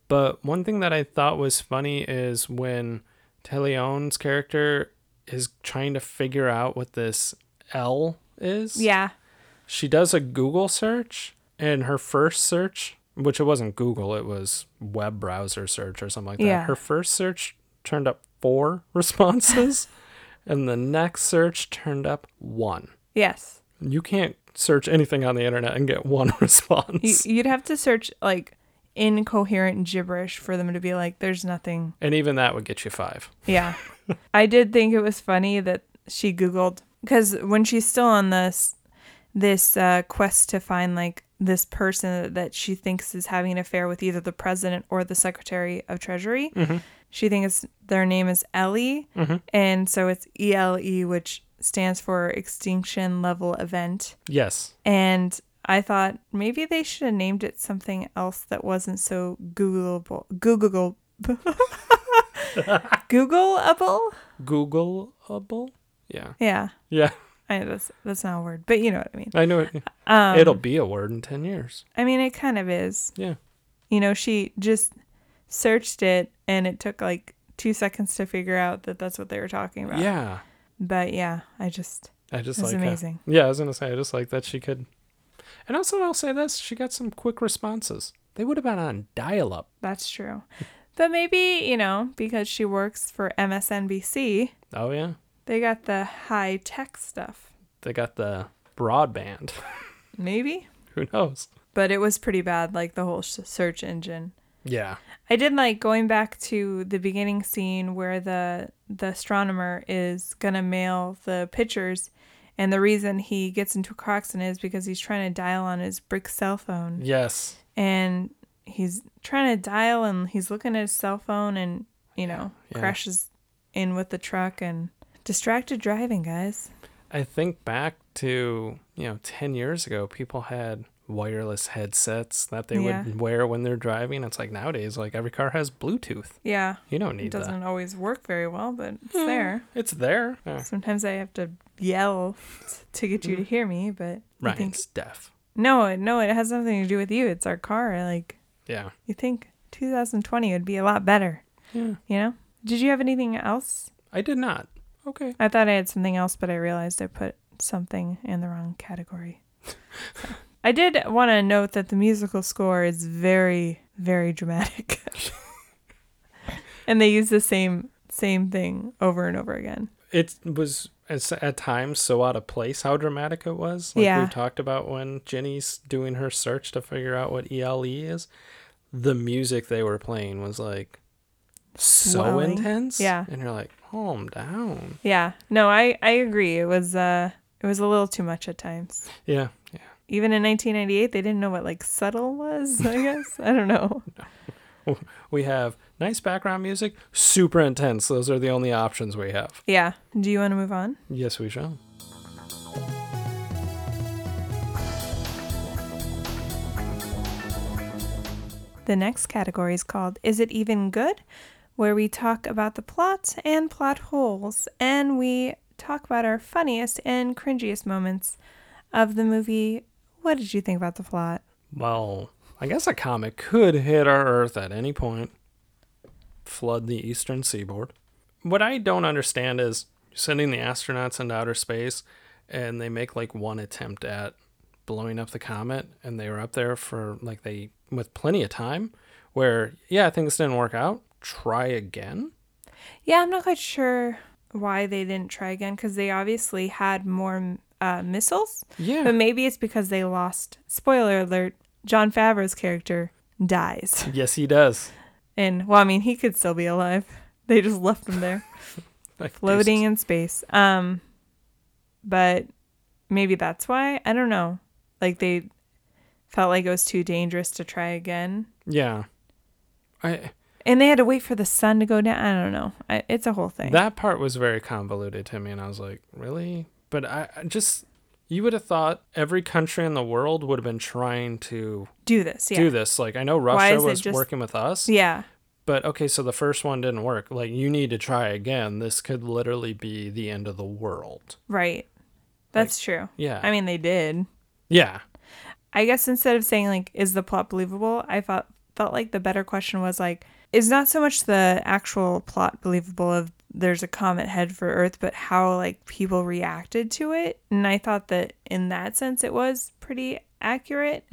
But one thing that I thought was funny is when Teleon's character is trying to figure out what this L is.
Yeah.
She does a Google search, and her first search, which it wasn't Google, it was web browser search or something like that.
Yeah.
Her first search turned up four responses, and the next search turned up one.
Yes.
You can't search anything on the internet and get one
You,
response.
you'd have to search like incoherent gibberish for them to be like, there's nothing.
and even that would get you five.
Yeah. I did think it was funny that she Googled because when she's still on this this uh, quest to find like this person that she thinks is having an affair with either the president or the secretary of treasury, she thinks their name is Ellie, and so it's E L E, which stands for Extinction Level Event.
Yes.
And I thought maybe they should have named it something else that wasn't so Googleable. Googleable. Googleable?
Googleable? Yeah.
Yeah.
Yeah.
I, that's that's not a word, but you know what I mean.
I know it.
Um,
It'll be a word in 10 years.
I mean, it kind of is.
Yeah.
You know, she just searched it, and it took like two seconds to figure out that that's what they were talking about.
Yeah.
But yeah, I just
I just
That's
like how-
amazing.
yeah, I was gonna say I just like that she could, and also I'll say this: she got some quick responses. They would have been on dial-up.
that's true. But maybe you know because she works for MSNBC,
Oh yeah,
they got the high tech stuff.
they got the broadband.
Maybe.
Who knows?
But it was pretty bad, like the whole s search engine.
Yeah,
I did like going back to the beginning scene where the the astronomer is gonna mail the pictures, and the reason he gets into a car accident is because he's trying to dial on his brick cell phone,
yes,
and he's trying to dial and he's looking at his cell phone, and you know
Yeah.
crashes in with the truck and distracted driving, guys.
I think back to you know ten years ago, people had wireless headsets that they
Yeah.
would wear when they're driving. It's like nowadays, like every car has Bluetooth.
Yeah,
You don't
it
need that.
doesn't always work very well, but it's there.
It's there. Yeah.
Sometimes I have to yell to get you to hear me, but I think
Ryan's deaf.
No, it- no, it has nothing to do with you. It's our car. Like
Yeah.
you think 2020 would be a lot better.
Yeah.
You know? Did you have anything else?
I did not. Okay.
I thought I had something else, but I realized I put something in the wrong category. So. I did want to note that the musical score is very, very dramatic, and they use the same same thing over and over again.
it was as- at times so out of place how dramatic it was. Like
Yeah.
we talked about when Jenny's doing her search to figure out what ELE is, the music they were playing was like so
Swelling.
intense.
Yeah.
And you're like, calm down.
Yeah, no, I I agree. It was uh, it was a little too much at times.
Yeah. Yeah.
even in 1998 they didn't know what like subtle was i guess i don't know
We have nice background music, super intense. Those are the only options we have.
yeah do you want to move on
Yes, we shall.
the next category is called is it even good where we talk about the plot and plot holes and we talk about our funniest and cringiest moments of the movie what did you think about the plot
Well, I guess a comet could hit our Earth at any point, flood the eastern seaboard. What I don't understand is sending the astronauts into outer space, and they make like one attempt at blowing up the comet, and they were up there for like they with plenty of time. Where yeah, things didn't work out. Try again.
yeah i'm not quite sure why they didn't try again because they obviously had more uh, missiles
Yeah,
but maybe it's because they lost spoiler alert john favreau's character dies
yes, he does.
And well, I mean, he could still be alive. They just left him there,
Like,
floating in space. Um, but maybe that's why. I don't know. Like they Felt like it was too dangerous to try again.
Yeah. I
And they had to wait for the sun to go down. I don't know. I, it's a whole thing.
that part was very convoluted to me and I was like, "Really?" But I, I just you would have thought every country in the world would have been trying to
do this. Yeah.
do this. Like I know
Why
Russia
is it
was
just-
working with us,
Yeah.
but okay, so the first one didn't work. Like you need to try again. This could literally be the end of the world.
Right. That's true.
yeah.
I mean, they did.
Yeah.
I guess instead of saying like, is the plot believable? I felt felt like the better question was like, is not so much the actual plot believable of there's a comet head for Earth, but how like people reacted to it. And I thought that in that sense, it was pretty accurate.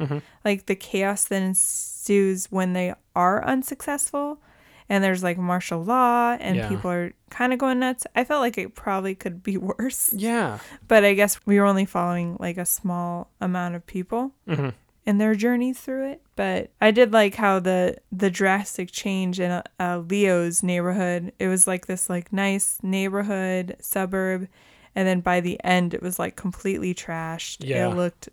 Like the chaos that ensues when they are unsuccessful. And there's like martial law, and
Yeah.
people are kind of going nuts. I felt like it probably could be worse
Yeah.
but I guess we were only following like a small amount of people
Mhm.
in their journeys through it. But I did like how the the drastic change in uh, uh, Leo's neighborhood. It was like this like nice neighborhood suburb, and then by the end it was like completely trashed.
Yeah.
It looked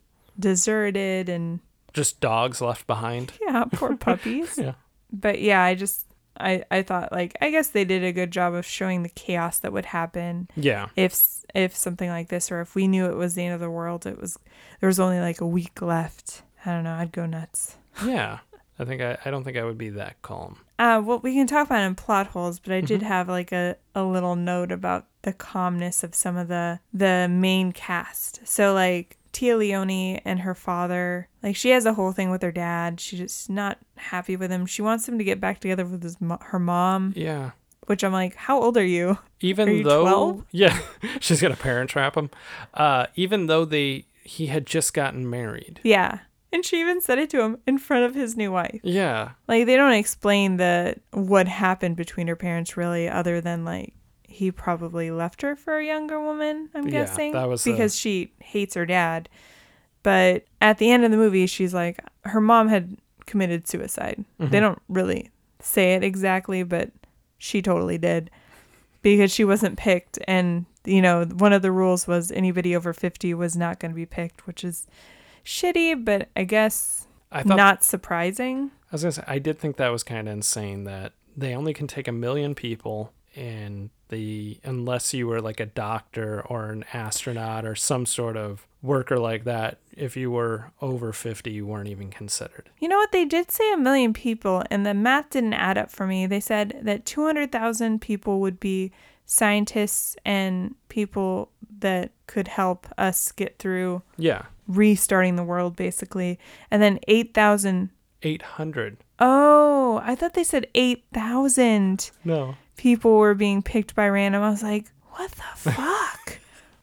deserted and
Just dogs left behind.
yeah, poor puppies.
Yeah.
But yeah, I just I I thought like I guess they did a good job of showing the chaos that would happen
Yeah.
if s- if something like this or if we knew it was the end of the world it was there was only like a week left i don't know i'd go nuts
Yeah. I think I, I don't think I would be that calm.
uh well we can talk about it in plot holes but i did have like a, a little note about the calmness of some of the the main cast so like tia leone and her father like she has a whole thing with her dad she's just not happy with him she wants him to get back together with his mo- her mom
Yeah.
which i'm like how old are you
Even
Are you
though
12?
Yeah. She's gonna parent trap him. Uh even though they he had just gotten married.
yeah and she even said it to him in front of his new wife
Yeah.
Like they don't explain the what happened between her parents really, other than like he probably left her for a younger woman. I'm
Yeah,
guessing
that was the-
because she hates her dad. But at the end of the movie, she's like, her mom had committed suicide.
Mm-hmm.
They don't really say it exactly, but she totally did because she wasn't picked. And you know, one of the rules was anybody over 50 was not going to be picked, which is shitty, but I guess
I thought
not surprising.
I was gonna say I did think that was kinda insane that they only can take a million people and the unless you were like a doctor or an astronaut or some sort of worker like that, if you were over fifty you weren't even considered.
You know what? They did say a million people, and the math didn't add up for me. They said that 200,000 people would be scientists and people that could help us get through
Yeah.
restarting the world, basically. And then 8,000.
Eight hundred.
Oh, I thought they said 8,000
No.
people were being picked by random. I was like, what the fuck?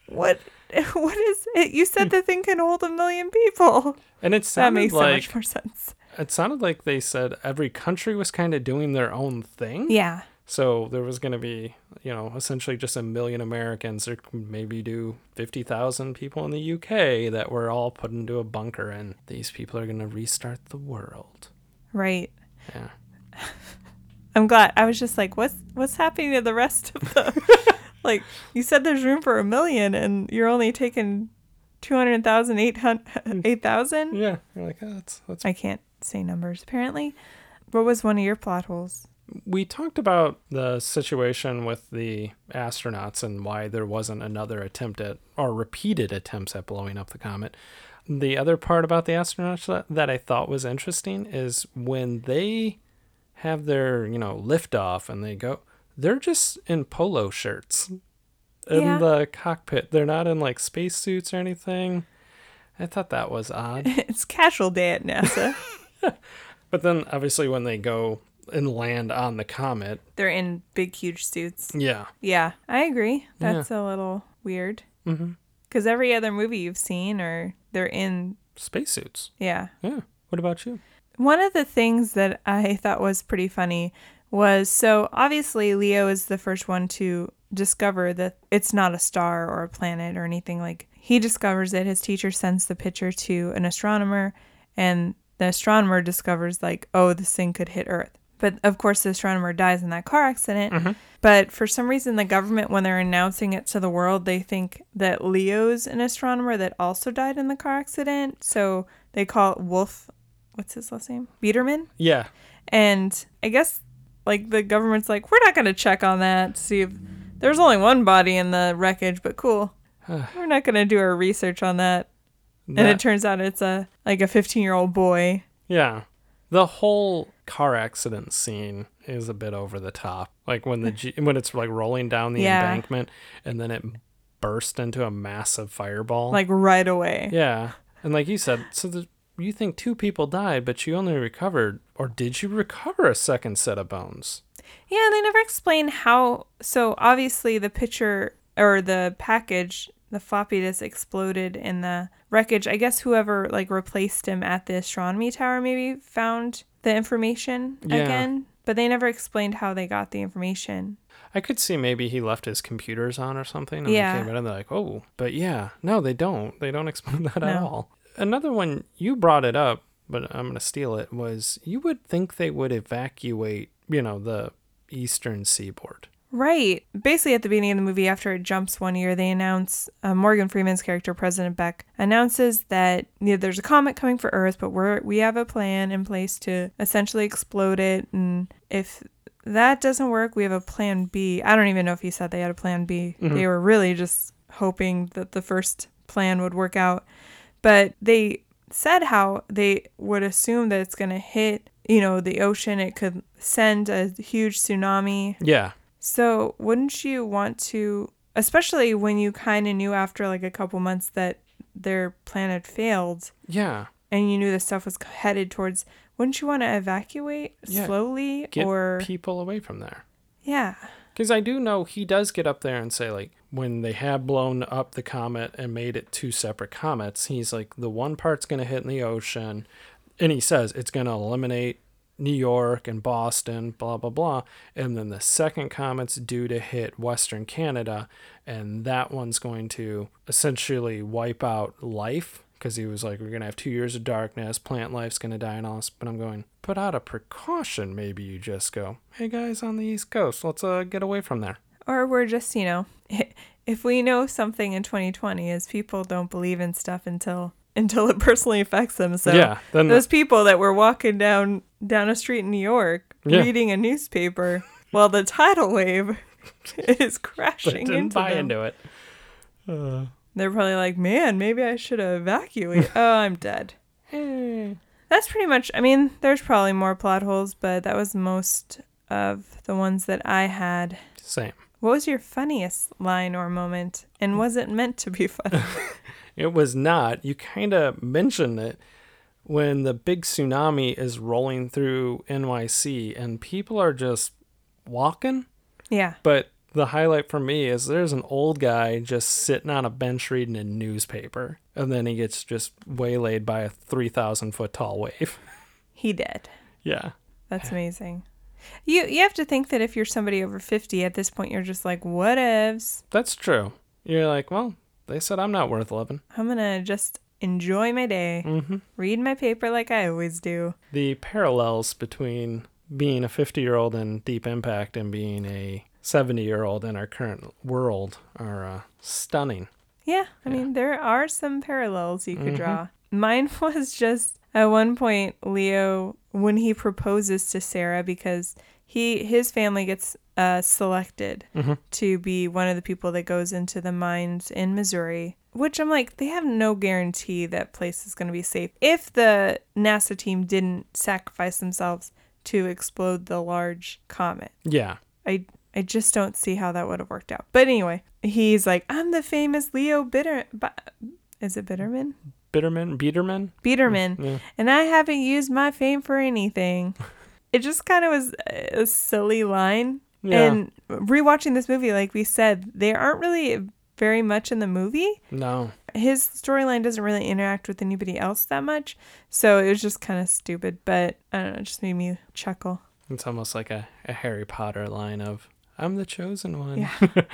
what? What is it? You said the thing can hold a million people.
And it
That
sounded
makes so
like
much more sense.
it sounded like they said every country was kind of doing their own thing.
Yeah.
So there was going to be, you know, essentially just a million Americans or maybe do 50,000 people in the UK that were all put into a bunker and these people are going to restart the world.
Right.
Yeah.
I'm glad. I was just like, what's what's happening to the rest of the? like you said, there's room for a million, and you're only taking two hundred thousand, eight hundred,
Mm.
eight thousand.
Yeah. You're like, oh, that's that's
I can't say numbers apparently. What was one of your plot holes?
we talked about the situation with the astronauts and why there wasn't another attempt at or repeated attempts at blowing up the comet. The other part about the astronauts that, that I thought was interesting is when they have their, you know, liftoff and they go, they're just in polo shirts in
Yeah.
the cockpit. They're not in like spacesuits or anything. I thought that was odd.
it's casual day at NASA.
But then obviously when they go and land on the comet,
They're in big, huge suits.
yeah.
Yeah, I agree.
Yeah.
That's a little weird.
Mhm.
Because every other movie you've seen, or they're in,
spacesuits.
yeah,
Yeah. What about you?
One of the things that I thought was pretty funny was so obviously Leo is the first one to discover that it's not a star or a planet or anything like he discovers it his teacher sends the picture to an astronomer and the astronomer discovers like oh this thing could hit earth. But of course, the astronomer dies in that car accident. But for some reason, the government, when they're announcing it to the world, they think that Leo's an astronomer that also died in the car accident. So they call it Wolf. What's his last name? Biederman.
Yeah.
And I guess like the government's like, we're not going to check on that to see if there's only one body in the wreckage, but cool. we're not going to do our research on that. And
That-
it turns out it's a like a 15 year old boy.
Yeah. The whole car accident scene is a bit over the top. Like when the G- when it's like rolling down the
Yeah.
embankment and then it bursts into a massive fireball.
like right away.
yeah. And like you said, so the, you think two people died, but you only recovered or did you recover a second set of bones?
Yeah, they never explain how. So obviously, the picture or the package, the floppy disk exploded in the wreckage. I guess whoever like replaced him at the astronomy tower maybe found the information
Yeah.
again, but they never explained how they got the information.
I could see maybe he left his computers on or something, and
Yeah.
they came in and they're like, "Oh, but yeah, no, they don't. They don't explain that at
No.
all." Another one you brought it up, but I'm gonna steal it. Was you would think they would evacuate, you know, the eastern seaboard.
Right. Basically, at the beginning of the movie, after it jumps one year, they announce uh, Morgan Freeman's character, President Beck, announces that you know, there's a comet coming for Earth, but we're we have a plan in place to essentially explode it, and if that doesn't work, we have a plan B. I don't even know if he said they had a plan B. They were really just hoping that the first plan would work out, but they said how they would assume that it's going to hit you know the ocean it could send a huge tsunami
Yeah,
so, wouldn't you want to, especially when you kind of knew after like a couple months that their plan had failed
yeah.
and you knew the stuff was headed towards, wouldn't you want to evacuate
Yeah,
slowly
Get
or
people away from there.
yeah.
Because I do know he does get up there and say, like, when they have blown up the comet and made it two separate comets, he's like, the one part's going to hit in the ocean. And he says it's going to eliminate New York and Boston, blah, blah, blah. And then the second comet's due to hit Western Canada. And that one's going to essentially wipe out life. Because he was like, we're going to have two years of darkness, plant life's going to die and all this. But I'm going, put out a precaution. Maybe you just go, hey guys on the East Coast, let's uh, get away from there.
Or we're just, you know, if we know something in 2020 is people don't believe in stuff until until it personally affects them. So
Yeah, then-
those people that were walking down down a street in New York
Yeah.
reading a newspaper while the tidal wave is crashing
Didn't
into
buy
them.
into it.
They're probably like, man, maybe I should evacuate. oh, I'm dead. That's pretty much, I mean, there's probably more plot holes, but that was most of the ones that I had.
Same.
What was your funniest line or moment? And was it meant to be funny?
It was not. You kind of mentioned it when the big tsunami is rolling through NYC and people are just walking.
yeah.
But the highlight for me is there's an old guy just sitting on a bench reading a newspaper. And then he gets just waylaid by a 3,000 foot tall wave.
He did.
yeah.
That's amazing. You you have to think that if you're somebody over 50 at this point, you're just like, what ifs?
That's true. You're like, well, they said I'm not worth living.
I'm going to just enjoy my day, read my paper like I always do.
the parallels between being a 50 year old in Deep Impact and being a 70 year old in our current world are uh, stunning.
Yeah, I mean, there are some parallels you could draw. Mine was just at one point Leo when he proposes to Sarah because he his family gets uh, selected to be one of the people that goes into the mines in Missouri, which I'm like they have no guarantee that place is going to be safe if the NASA team didn't sacrifice themselves to explode the large comet.
Yeah.
I I just don't see how that would have worked out. But anyway, he's like, I'm the famous Leo Bitter. Bi- is it Bitterman?
Bitterman, Biederman?
Biederman. And I haven't used my fame for anything. it just kind of was a a silly line.
Yeah.
And rewatching this movie, like we said, they aren't really very much in the movie.
No.
His storyline doesn't really interact with anybody else that much. So it was just kind of stupid. But I don't know. It just made me chuckle.
It's almost like a, a Harry Potter line of, I'm the chosen one.
Yeah.
I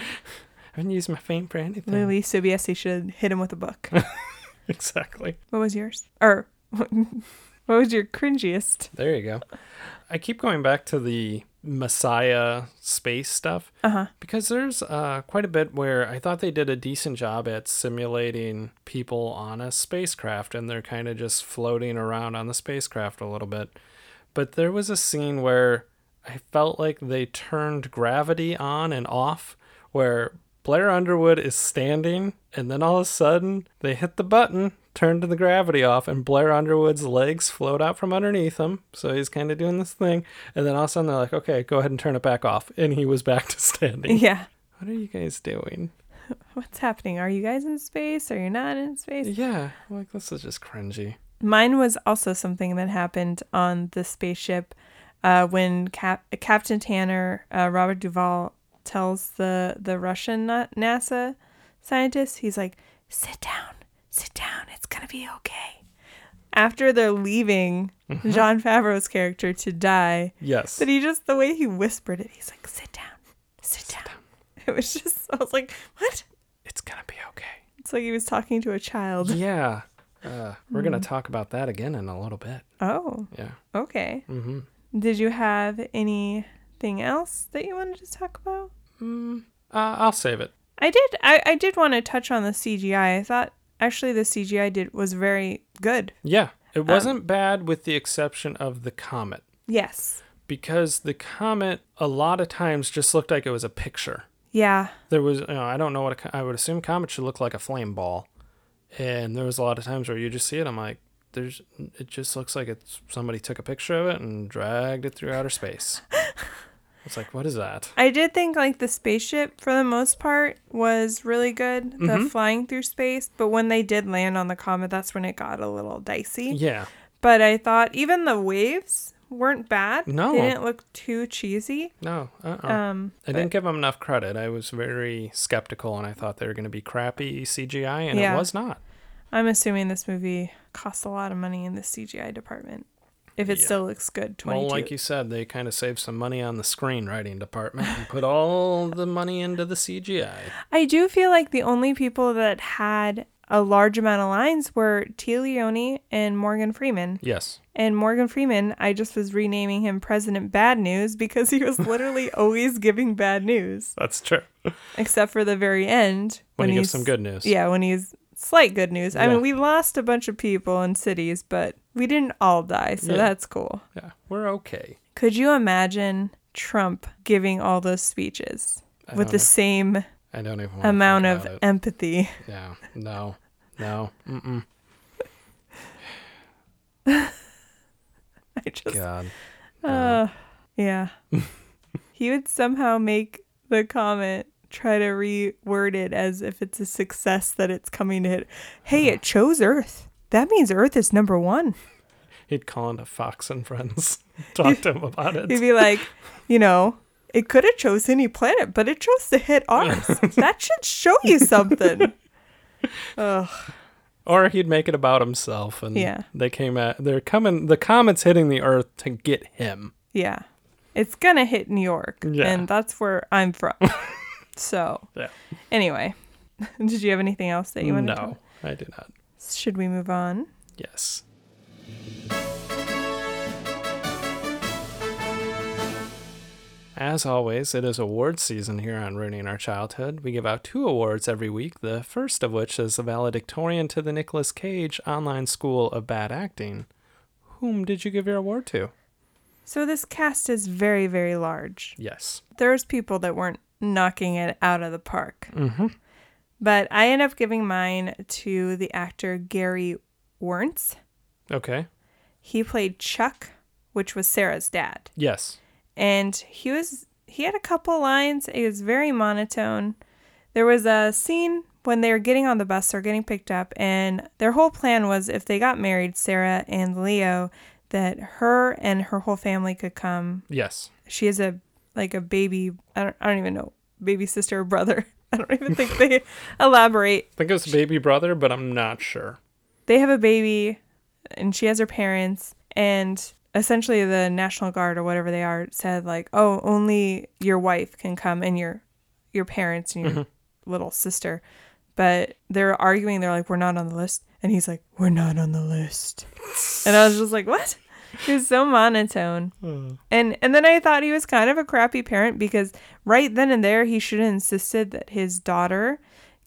haven't used my fame for anything.
Lily Subiesi should hit him with a book.
Exactly.
What was yours? Or What was your cringiest?
There you go. I keep going back to the Messiah space stuff
Uh-huh.
because there's uh, quite a bit where I thought they did a decent job at simulating people on a spacecraft and they're kind of just floating around on the spacecraft a little bit. But there was a scene where I felt like they turned gravity on and off, where Blair Underwood is standing and then all of a sudden they hit the button. Turn to the gravity off, and Blair Underwood's legs float out from underneath him. So he's kind of doing this thing. And then all of a sudden, they're like, okay, go ahead and turn it back off. And he was back to standing.
Yeah.
What are you guys doing?
What's happening? Are you guys in space? Are you not in space?
Yeah, I'm like this is just cringy.
Mine was also something that happened on the spaceship uh, when Cap- Captain Tanner, uh, Robert Duvall, tells the, the Russian na- NASA scientist, he's like, sit down, sit down, it's going to be okay. After they're leaving John Favreau's character to die,
Yes.
but he just, the way he whispered it, he's like, sit down, sit down. It was just, I was like, what?
it's gonna be okay.
It's like he was talking to a child.
Yeah. Uh,
Mm-hmm.
we're gonna talk about that again in a little bit.
Oh,
Yeah.
okay.
Mm-hmm.
Did you have anything else that you wanted to talk about?
Uh, I'll save it.
I did. I, I did want to touch on the CGI. I thought actually the CGI did was very good.
Yeah.
Um,
It wasn't bad with the exception of the comet.
Yes.
Because the comet a lot of times just looked like it was a picture.
Yeah.
there was you know, I don't know what a co- I would assume comet should look like a flame ball, and there was a lot of times where you just see it. I'm like, there's it just looks like it's somebody took a picture of it and dragged it through outer space. it's like what is that?
I did think like the spaceship for the most part was really good. The flying through space, but when they did land on the comet, that's when it got a little dicey.
Yeah,
But I thought even the waves weren't bad.
No.
They didn't look too cheesy.
no, uh-uh.
Um.
I didn't give them enough credit. I was very skeptical, and I thought they were going to be crappy CGI, and
Yeah.
it was not.
I'm assuming this movie costs a lot of money in the CGI department. If it
Yeah.
still looks good, twenty two.
Well, like you said, they kind of saved some money on the screenwriting department and put all the money into the CGI.
I do feel like the only people that had a large amount of lines were T. Leone and Morgan Freeman.
Yes.
And Morgan Freeman, I just was renaming him President Bad News because he was literally always giving bad news,
That's true. When,
except for the very end
he gives
he's-
some good news.
Yeah, when he's slight good news. I
Yeah.
mean, we lost a bunch of people in cities, but we didn't all die, so
Yeah.
that's cool.
Yeah, we're okay.
Could you imagine Trump giving all those speeches
I
with
don't
the same
I don't even want
amount
to
of
think about
empathy?
it. yeah, no, no, mm-mm.
I just,
God,
uh, yeah. he would somehow make the comment try to reword it as if it's a success that it's coming to hit. Hey, it chose Earth. That means Earth is number one.
he'd call into Fox and Friends, talk to him about
He'd
it.
be like, you know, it could have chose any planet, but it chose to hit ours. that should show you something. Ugh.
Or he'd make it about himself, and
Yeah.
they came at they're coming. The comet's hitting the Earth to get him.
Yeah. It's gonna hit New York.
Yeah.
And that's where I'm from. so
Yeah.
anyway. Did you have anything else that you wanted to
No, I do not.
Should we move on?
Yes. As always, it is award season here on Ruining Our Childhood. We give out two awards every week, the first of which is the valedictorian to the Nicolas Cage Online School of Bad Acting. Whom did you give your award to?
So this cast is very, very large.
Yes.
There's people that weren't knocking it out of the park.
Mm-hmm.
But I end up giving mine to the actor Gary Werntz.
Okay.
He played Chuck, which was Sarah's dad.
Yes.
and he was he had a couple lines it was very monotone there was a scene when they were getting on the bus or getting picked up and their whole plan was if they got married sarah and leo that her and her whole family could come
Yes.
she has a like a baby i don't, I don't even know baby sister or brother i don't even think they elaborate
I think it was baby brother, but I'm not sure.
they have a baby and she has her parents and essentially the national guard or whatever they are said like oh only your wife can come and your your parents and your little sister but they're arguing they're like we're not on the list and he's like we're not on the list and I was just like, what? He was so monotone. And and then I thought he was kind of a crappy parent because right then and there he should have insisted that his daughter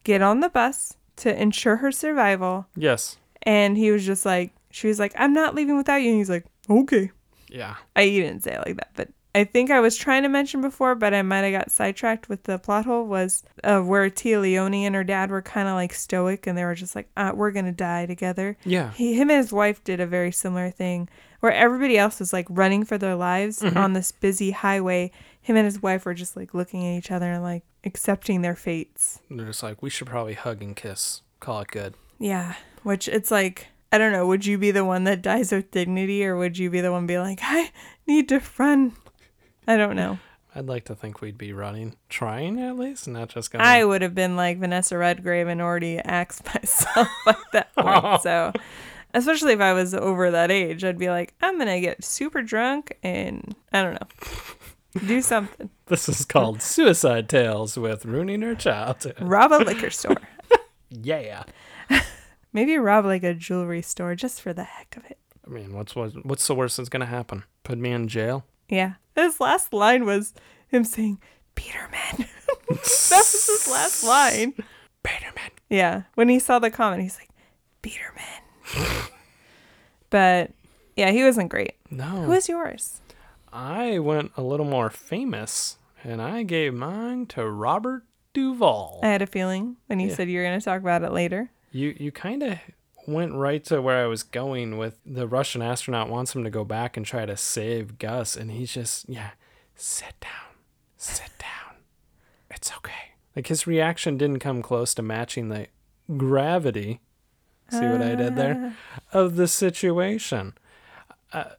get on the bus to ensure her survival.
Yes.
And he was just like she was like, I'm not leaving without you and he's like, Okay.
Yeah.
I he didn't say it like that, but I think I was trying to mention before, but I might have got sidetracked with the plot hole was uh, where Tia Leone and her dad were kind of like stoic and they were just like, uh, we're going to die together.
Yeah.
He, him and his wife did a very similar thing where everybody else was like running for their lives on this busy highway. Him and his wife were just like looking at each other and like accepting their fates.
They're just like, we should probably hug and kiss. Call it good.
Yeah. Which it's like, I don't know, would you be the one that dies with dignity or would you be the one be like, I need to run? I don't know.
I'd like to think we'd be running, trying at least, not just going.
I would have been like Vanessa Redgrave and already axed myself by that point. So, especially if I was over that age, I'd be like, I'm gonna get super drunk and I don't know, do something,
This is called Suicide Tales with ruining her childhood.
rob a liquor store,
Yeah.
maybe rob like a jewelry store just for the heck of it.
I mean, what's what's, what's the worst that's gonna happen? Put me in jail.
Yeah. His last line was him saying, "Peterman." that was his last line.
Peterman.
Yeah. When he saw the comment, he's like, "Peterman." but yeah, he wasn't great.
No.
Who is yours?
I went a little more famous, and I gave mine to Robert Duvall.
I had a feeling when you
Yeah.
said you were going to talk about it later.
You you kind of went right to where I was going with the Russian astronaut wants him to go back and try to save Gus, and he's just yeah, sit down, sit down, it's okay. Like his reaction didn't come close to matching the gravity. See what I did there of the situation, uh,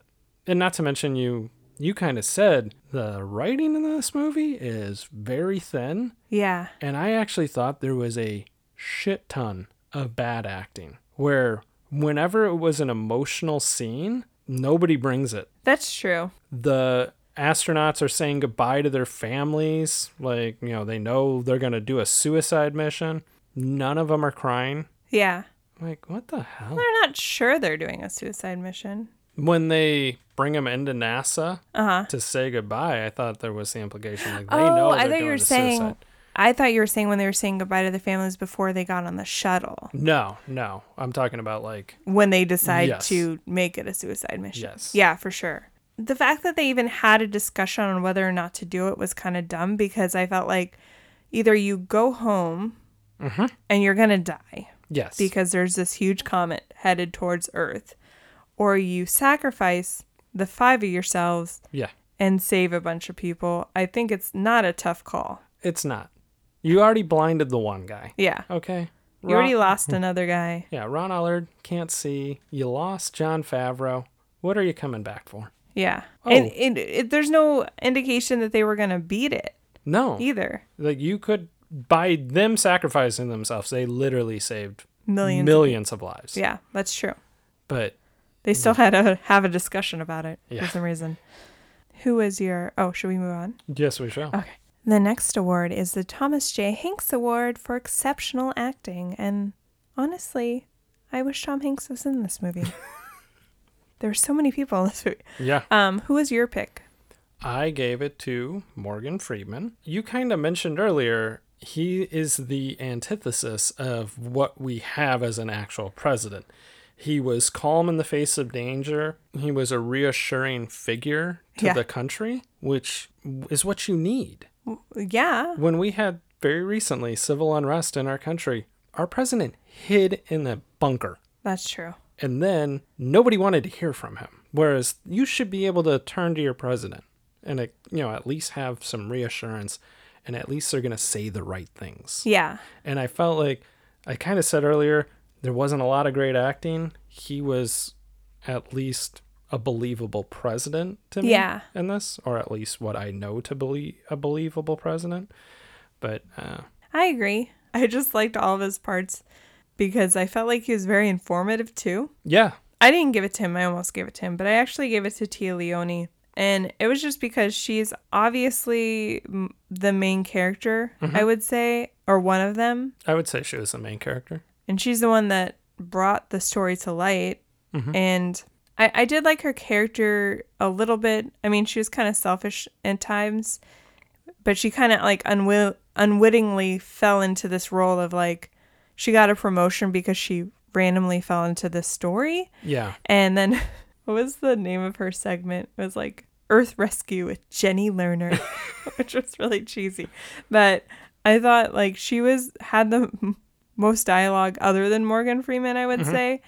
and not to mention you. You kind of said the writing in this movie is very thin.
Yeah.
And I actually thought there was a shit ton of bad acting where whenever it was an emotional scene, nobody brings it.
That's true.
The astronauts are saying goodbye to their families, like, you know, they know they're going to do a suicide mission. None of them are crying.
Yeah.
Like, what the hell?
They're not sure they're doing a suicide mission.
When they bring them into NASA
Uh huh.
to say goodbye, I thought there was the implication like they know
Oh,
they're
I thought
doing
you were
a
saying.
suicide.
I thought you were saying when they were saying goodbye to the families before they got on the shuttle,
No, no. I'm talking about like
when they decide
Yes.
to make it a suicide mission.
Yes.
Yeah, for sure. The fact that they even had a discussion on whether or not to do it was kind of dumb because I felt like either you go home
Mm-hmm.
and you're going to die.
yes.
because there's this huge comet headed towards Earth, or you sacrifice the five of yourselves
yeah.
and save a bunch of people. I think it's not a tough call.
It's not. You already blinded the one guy.
Yeah.
Okay.
You already
Ron-
lost another guy.
yeah, Ron Allard can't see. You lost John Favreau. What are you coming back for?
Yeah.
Oh.
And it, it, there's no indication that they were going to beat it
No.
either.
like you could by them sacrificing themselves, they literally saved
Millions of-
millions of lives.
Yeah, that's true.
But
They still had to have a discussion about it
Yeah.
for some reason. Who is your. Oh, should we move on?
yes, we shall.
Okay. The next award is the Thomas J. Hanks Award for Exceptional Acting. And honestly, I wish Tom Hanks was in this movie. there were so many people in this movie.
Yeah.
Um, who was your pick?
I gave it to Morgan Freeman. You kind of mentioned earlier he is the antithesis of what we have as an actual president. He was calm in the face of danger. He was a reassuring figure to
Yeah.
the country, which is what you need.
Yeah.
When we had very recently civil unrest in our country, our president hid in a bunker
That's true.
and then nobody wanted to hear from him. Whereas you should be able to turn to your president and uh, you know at least have some reassurance, and at least they're gonna say the right things.
Yeah.
And I felt like I kind of said earlier there wasn't a lot of great acting. He was at least a believable president to me
Yeah.
in this, or at least what I know to believe a believable president. But uh,
I agree. I just liked all of his parts because I felt like he was very informative too.
yeah,
I didn't give it to him. I almost gave it to him, but I actually gave it to Tia Leone. And it was just because she's obviously mm, the main character, I would say, or one of them.
I would say she was the main character.
And she's the one that brought the story to light And I, I did like her character a little bit. I mean, she was kind of selfish at times, but she kind of like unwill- unwittingly fell into this role of like, she got a promotion because she randomly fell into this story.
Yeah.
And then what was the name of her segment? It was like Earth Rescue with Jenny Lerner, which was really cheesy. But I thought like she was had the m- most dialogue other than Morgan Freeman, I would say.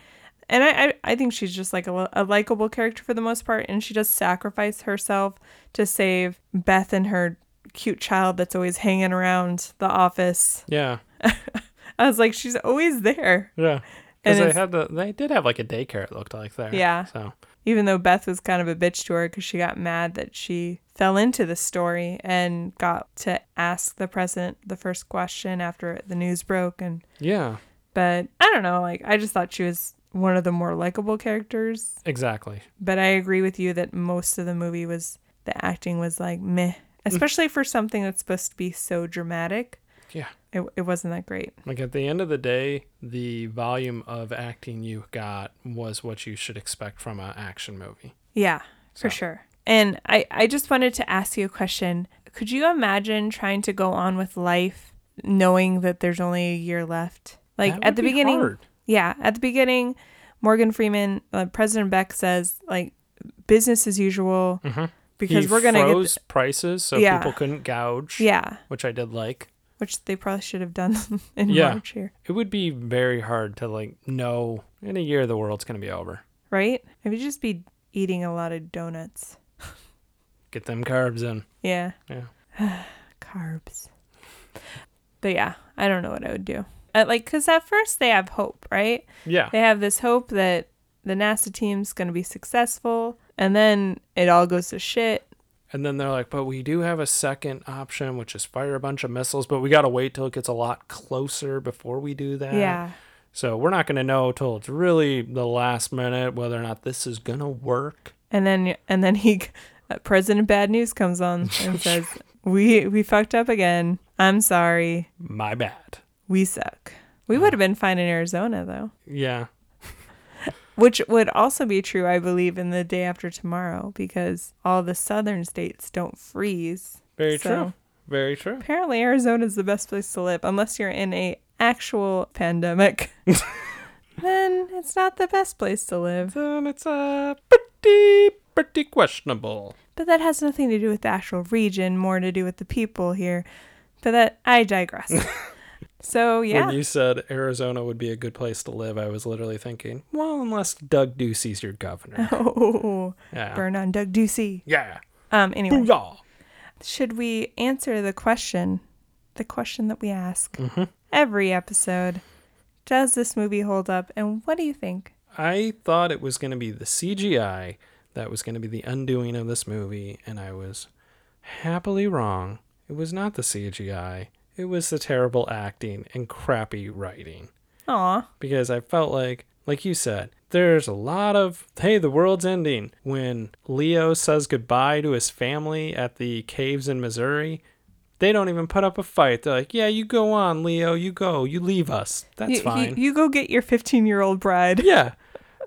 And I, I, I think she's just like a, li- a likable character for the most part. And she does sacrifice herself to save Beth and her cute child that's always hanging around the office.
Yeah.
I was like, she's always there.
Yeah.
And
Because they
it's-
had the they did have like a daycare it looked like there.
Yeah.
So
even though Beth was kind of a bitch to her because she got mad that she fell into the story and got to ask the president the first question after the news broke and
yeah.
but I don't know like I just thought she was one of the more likable characters
Exactly.
but I agree with you that most of the movie was the acting was like meh especially for something that's supposed to be so dramatic
Yeah.
it, it wasn't that great
Like at the end of the day, the volume of acting you got was what you should expect from an action movie.
Yeah, for
So.
sure. And I, I just wanted to ask you a question. Could you imagine trying to go on with life knowing that there's only a year left? Like
That
at
would
the
be
beginning,
hard.
yeah, at the beginning, Morgan Freeman, uh, President Beck says like business as usual because
Mm-hmm. he
we're gonna get
froze prices so
Yeah.
people couldn't gouge.
yeah,
Which I did like.
which they probably should have done in
Yeah.
March here,
It would be very hard to like know in a year the world's gonna be over.
right? I would just be eating a lot of donuts.
Get them carbs in.
Yeah.
Yeah.
Carbs. But yeah, I don't know what I would do. Uh, like, because at first they have hope, right?
Yeah.
They have this hope that the NASA team's going to be successful, and then it all goes to shit.
And then they're like, but we do have a second option, which is fire a bunch of missiles, but we got to wait till it gets a lot closer before we do that.
yeah.
So we're not going to know till it's really the last minute whether or not this is going to work.
And then, and then he, uh, President Bad News comes on and says, "We we fucked up again. I'm sorry.
My bad.
We suck. We would have been fine in Arizona though."
Yeah.
Which would also be true, I believe, in the day after tomorrow because all the southern states don't freeze.
Very
So-
true. Very true.
Apparently, Arizona is the best place to live unless you're in a actual pandemic. then it's not the best place to live.
Then it's uh, pretty, pretty questionable.
But that has nothing to do with the actual region, more to do with the people here. But that I digress. so yeah,
When you said Arizona would be a good place to live, I was literally thinking, well, unless Doug Ducey's your governor.
oh,
Yeah.
burn on Doug Ducey.
Yeah.
Um, anyway,
Booyah.
should we answer the question the question that we ask
Mm-hmm.
every episode does this movie hold up and what do you think
I thought it was going to be the CGI that was going to be the undoing of this movie, and I was happily wrong. It was not the CGI, it was the terrible acting and crappy writing.
aw
Because I felt like, like you said, there's a lot of, hey, the world's ending. When Leo says goodbye to his family at the caves in Missouri, they don't even put up a fight. They're like, yeah, you go on, Leo, you go, you leave us. That's
you,
fine.
you, you go get your 15 year old bride
Yeah.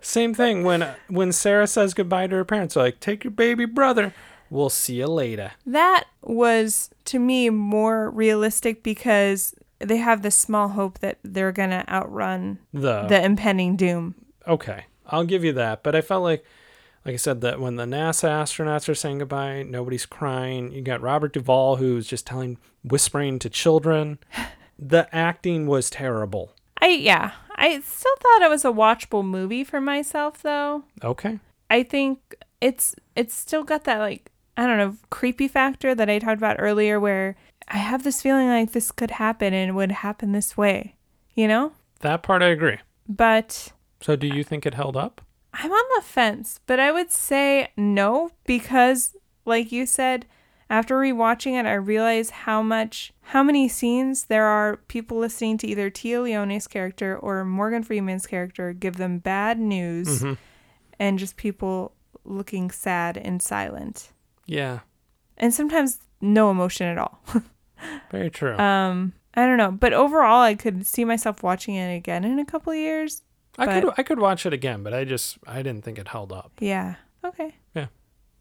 Same thing when when Sarah says goodbye to her parents, they're like, "Take your baby brother. We'll see you later."
that was to me more realistic because they have this small hope that they're gonna outrun
The,
the impending doom
okay, I'll give you that. But I felt like, like I said, that when the NASA astronauts are saying goodbye, nobody's crying. You got Robert Duvall who's just telling, whispering to children. The acting was terrible.
i yeah i still thought it was a watchable movie for myself though
Okay,
I think it's it's still got that like I don't know creepy factor that I talked about earlier, where I have this feeling like this could happen and it would happen this way, you know.
that part I agree.
But
So, do you think it held up?
I'm on the fence, but I would say no because, like you said, after rewatching it, I realize how much, how many scenes there are people listening to either Tia Leone's character or Morgan Freeman's character give them bad news and just people looking sad and silent.
Yeah,
And sometimes no emotion at all.
very
Uh,
true.
um, I don't know. But overall, I could see myself watching it again in a couple of years.
I
But-
could I could watch it again, but I just I didn't think it held up.
Yeah. Okay.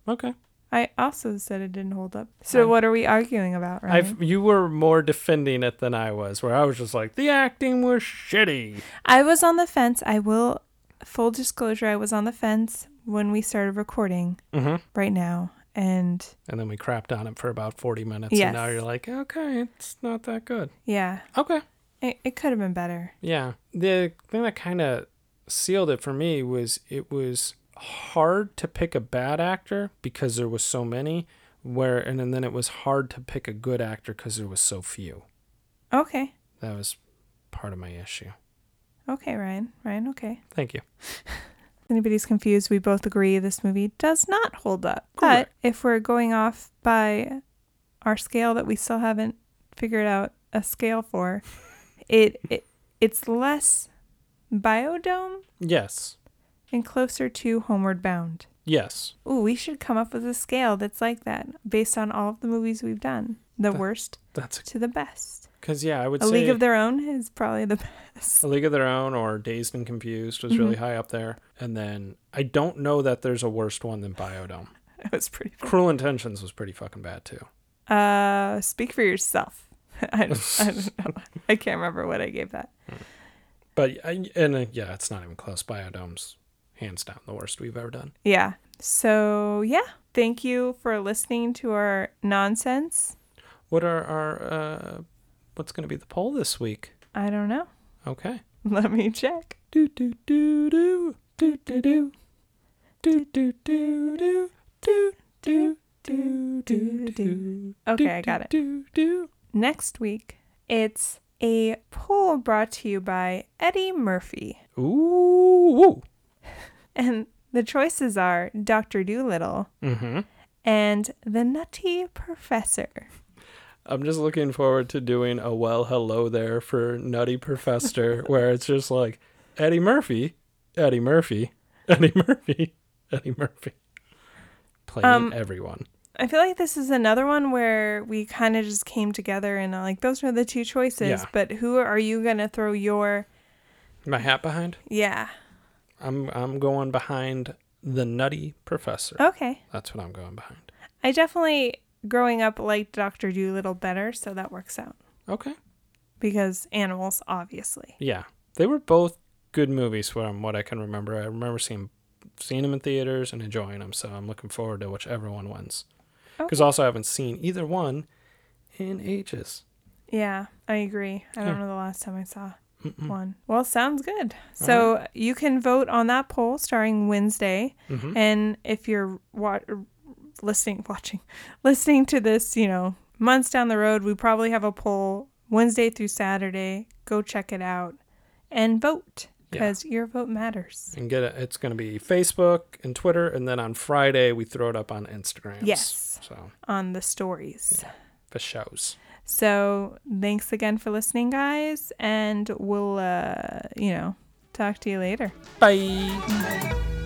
Okay.
I also said it didn't hold up. So what are we arguing about, right?
I've you were more defending it than I was, where I was just like the acting was shitty.
I was on the fence. I will full disclosure, I was on the fence when we started recording
Mm-hmm.
right now. And
And then we crapped on it for about forty minutes, and now
Yes.
you're like, okay, it's not that good.
yeah,
Okay.
it, it could have been better.
Yeah. The thing that kind of sealed it for me was it was hard to pick a bad actor because there was so many where and, and then it was hard to pick a good actor because there was so few.
Okay.
That was part of my issue.
Okay, Ryan. Ryan, okay.
Thank you.
If anybody's confused, we both agree this movie does not hold up.
Correct.
But if we're going off by our scale that we still haven't figured out a scale for, it, it it's less biodome
Yes.
and closer to homeward bound.
Yes.
Ooh, we should come up with a scale that's like that based on all of the movies we've done. The
That-
worst
That's
to the best.
because yeah, I would
A
say
League of Their Own is probably the best.
A League of Their Own or Dazed and Confused was
Mm-hmm.
really high up there, and then I don't know that there's a worse one than Biodome.
It was pretty.
Cruel Intentions was pretty fucking bad too.
Uh, speak for yourself. I, don't- I don't know. I can't remember what I gave that.
But I, and uh, yeah, it's not even close. Biodome's hands down the worst we've ever done.
Yeah. So, yeah. Thank you for listening to our nonsense.
What are our uh, what's going to be the poll this week?
I don't know.
Okay.
Let me check.
Do do do do do do do do do do do do do do do do.
Okay, I got it.
Do do.
Next week, it's a poll brought to you by Eddie Murphy.
Ooh. Woo.
And the choices are Dr. Doolittle
Mm-hmm.
and The Nutty Professor.
I'm just looking forward to doing a well hello there for Nutty Professor, where it's just like Eddie Murphy, Eddie Murphy, Eddie Murphy, Eddie Murphy, playing
Um,
everyone.
I feel like this is another one where we kind of just came together and are like, those were the two choices,
Yeah.
but who are you going to throw your.
My hat behind.
Yeah.
I'm I'm going behind the Nutty Professor.
Okay.
That's what I'm going behind.
I definitely, growing up, liked Dr. Doolittle better, so that works out.
Okay.
Because animals, obviously.
Yeah, they were both good movies from what I can remember. I remember seeing seeing them in theaters and enjoying them. So I'm looking forward to whichever one wins. Because
Okay.
also I haven't seen either one in ages.
Yeah, I agree. I don't
Yeah.
know the last time I saw
Mm-mm.
one. Well, sounds good. So you can vote on that poll starting Wednesday,
Mhm.
and if you're wa- listening, watching, listening to this, you know, months down the road, we probably have a poll Wednesday through Saturday. Go check it out and vote
Yeah.
because your vote matters.
And get it. It's going to be Facebook and Twitter, and then on Friday we throw it up on Instagram.
Yes.
So
On the stories.
for shows.
So thanks again for listening, guys, and we'll, uh, you know, talk to you later.
Bye.
Bye.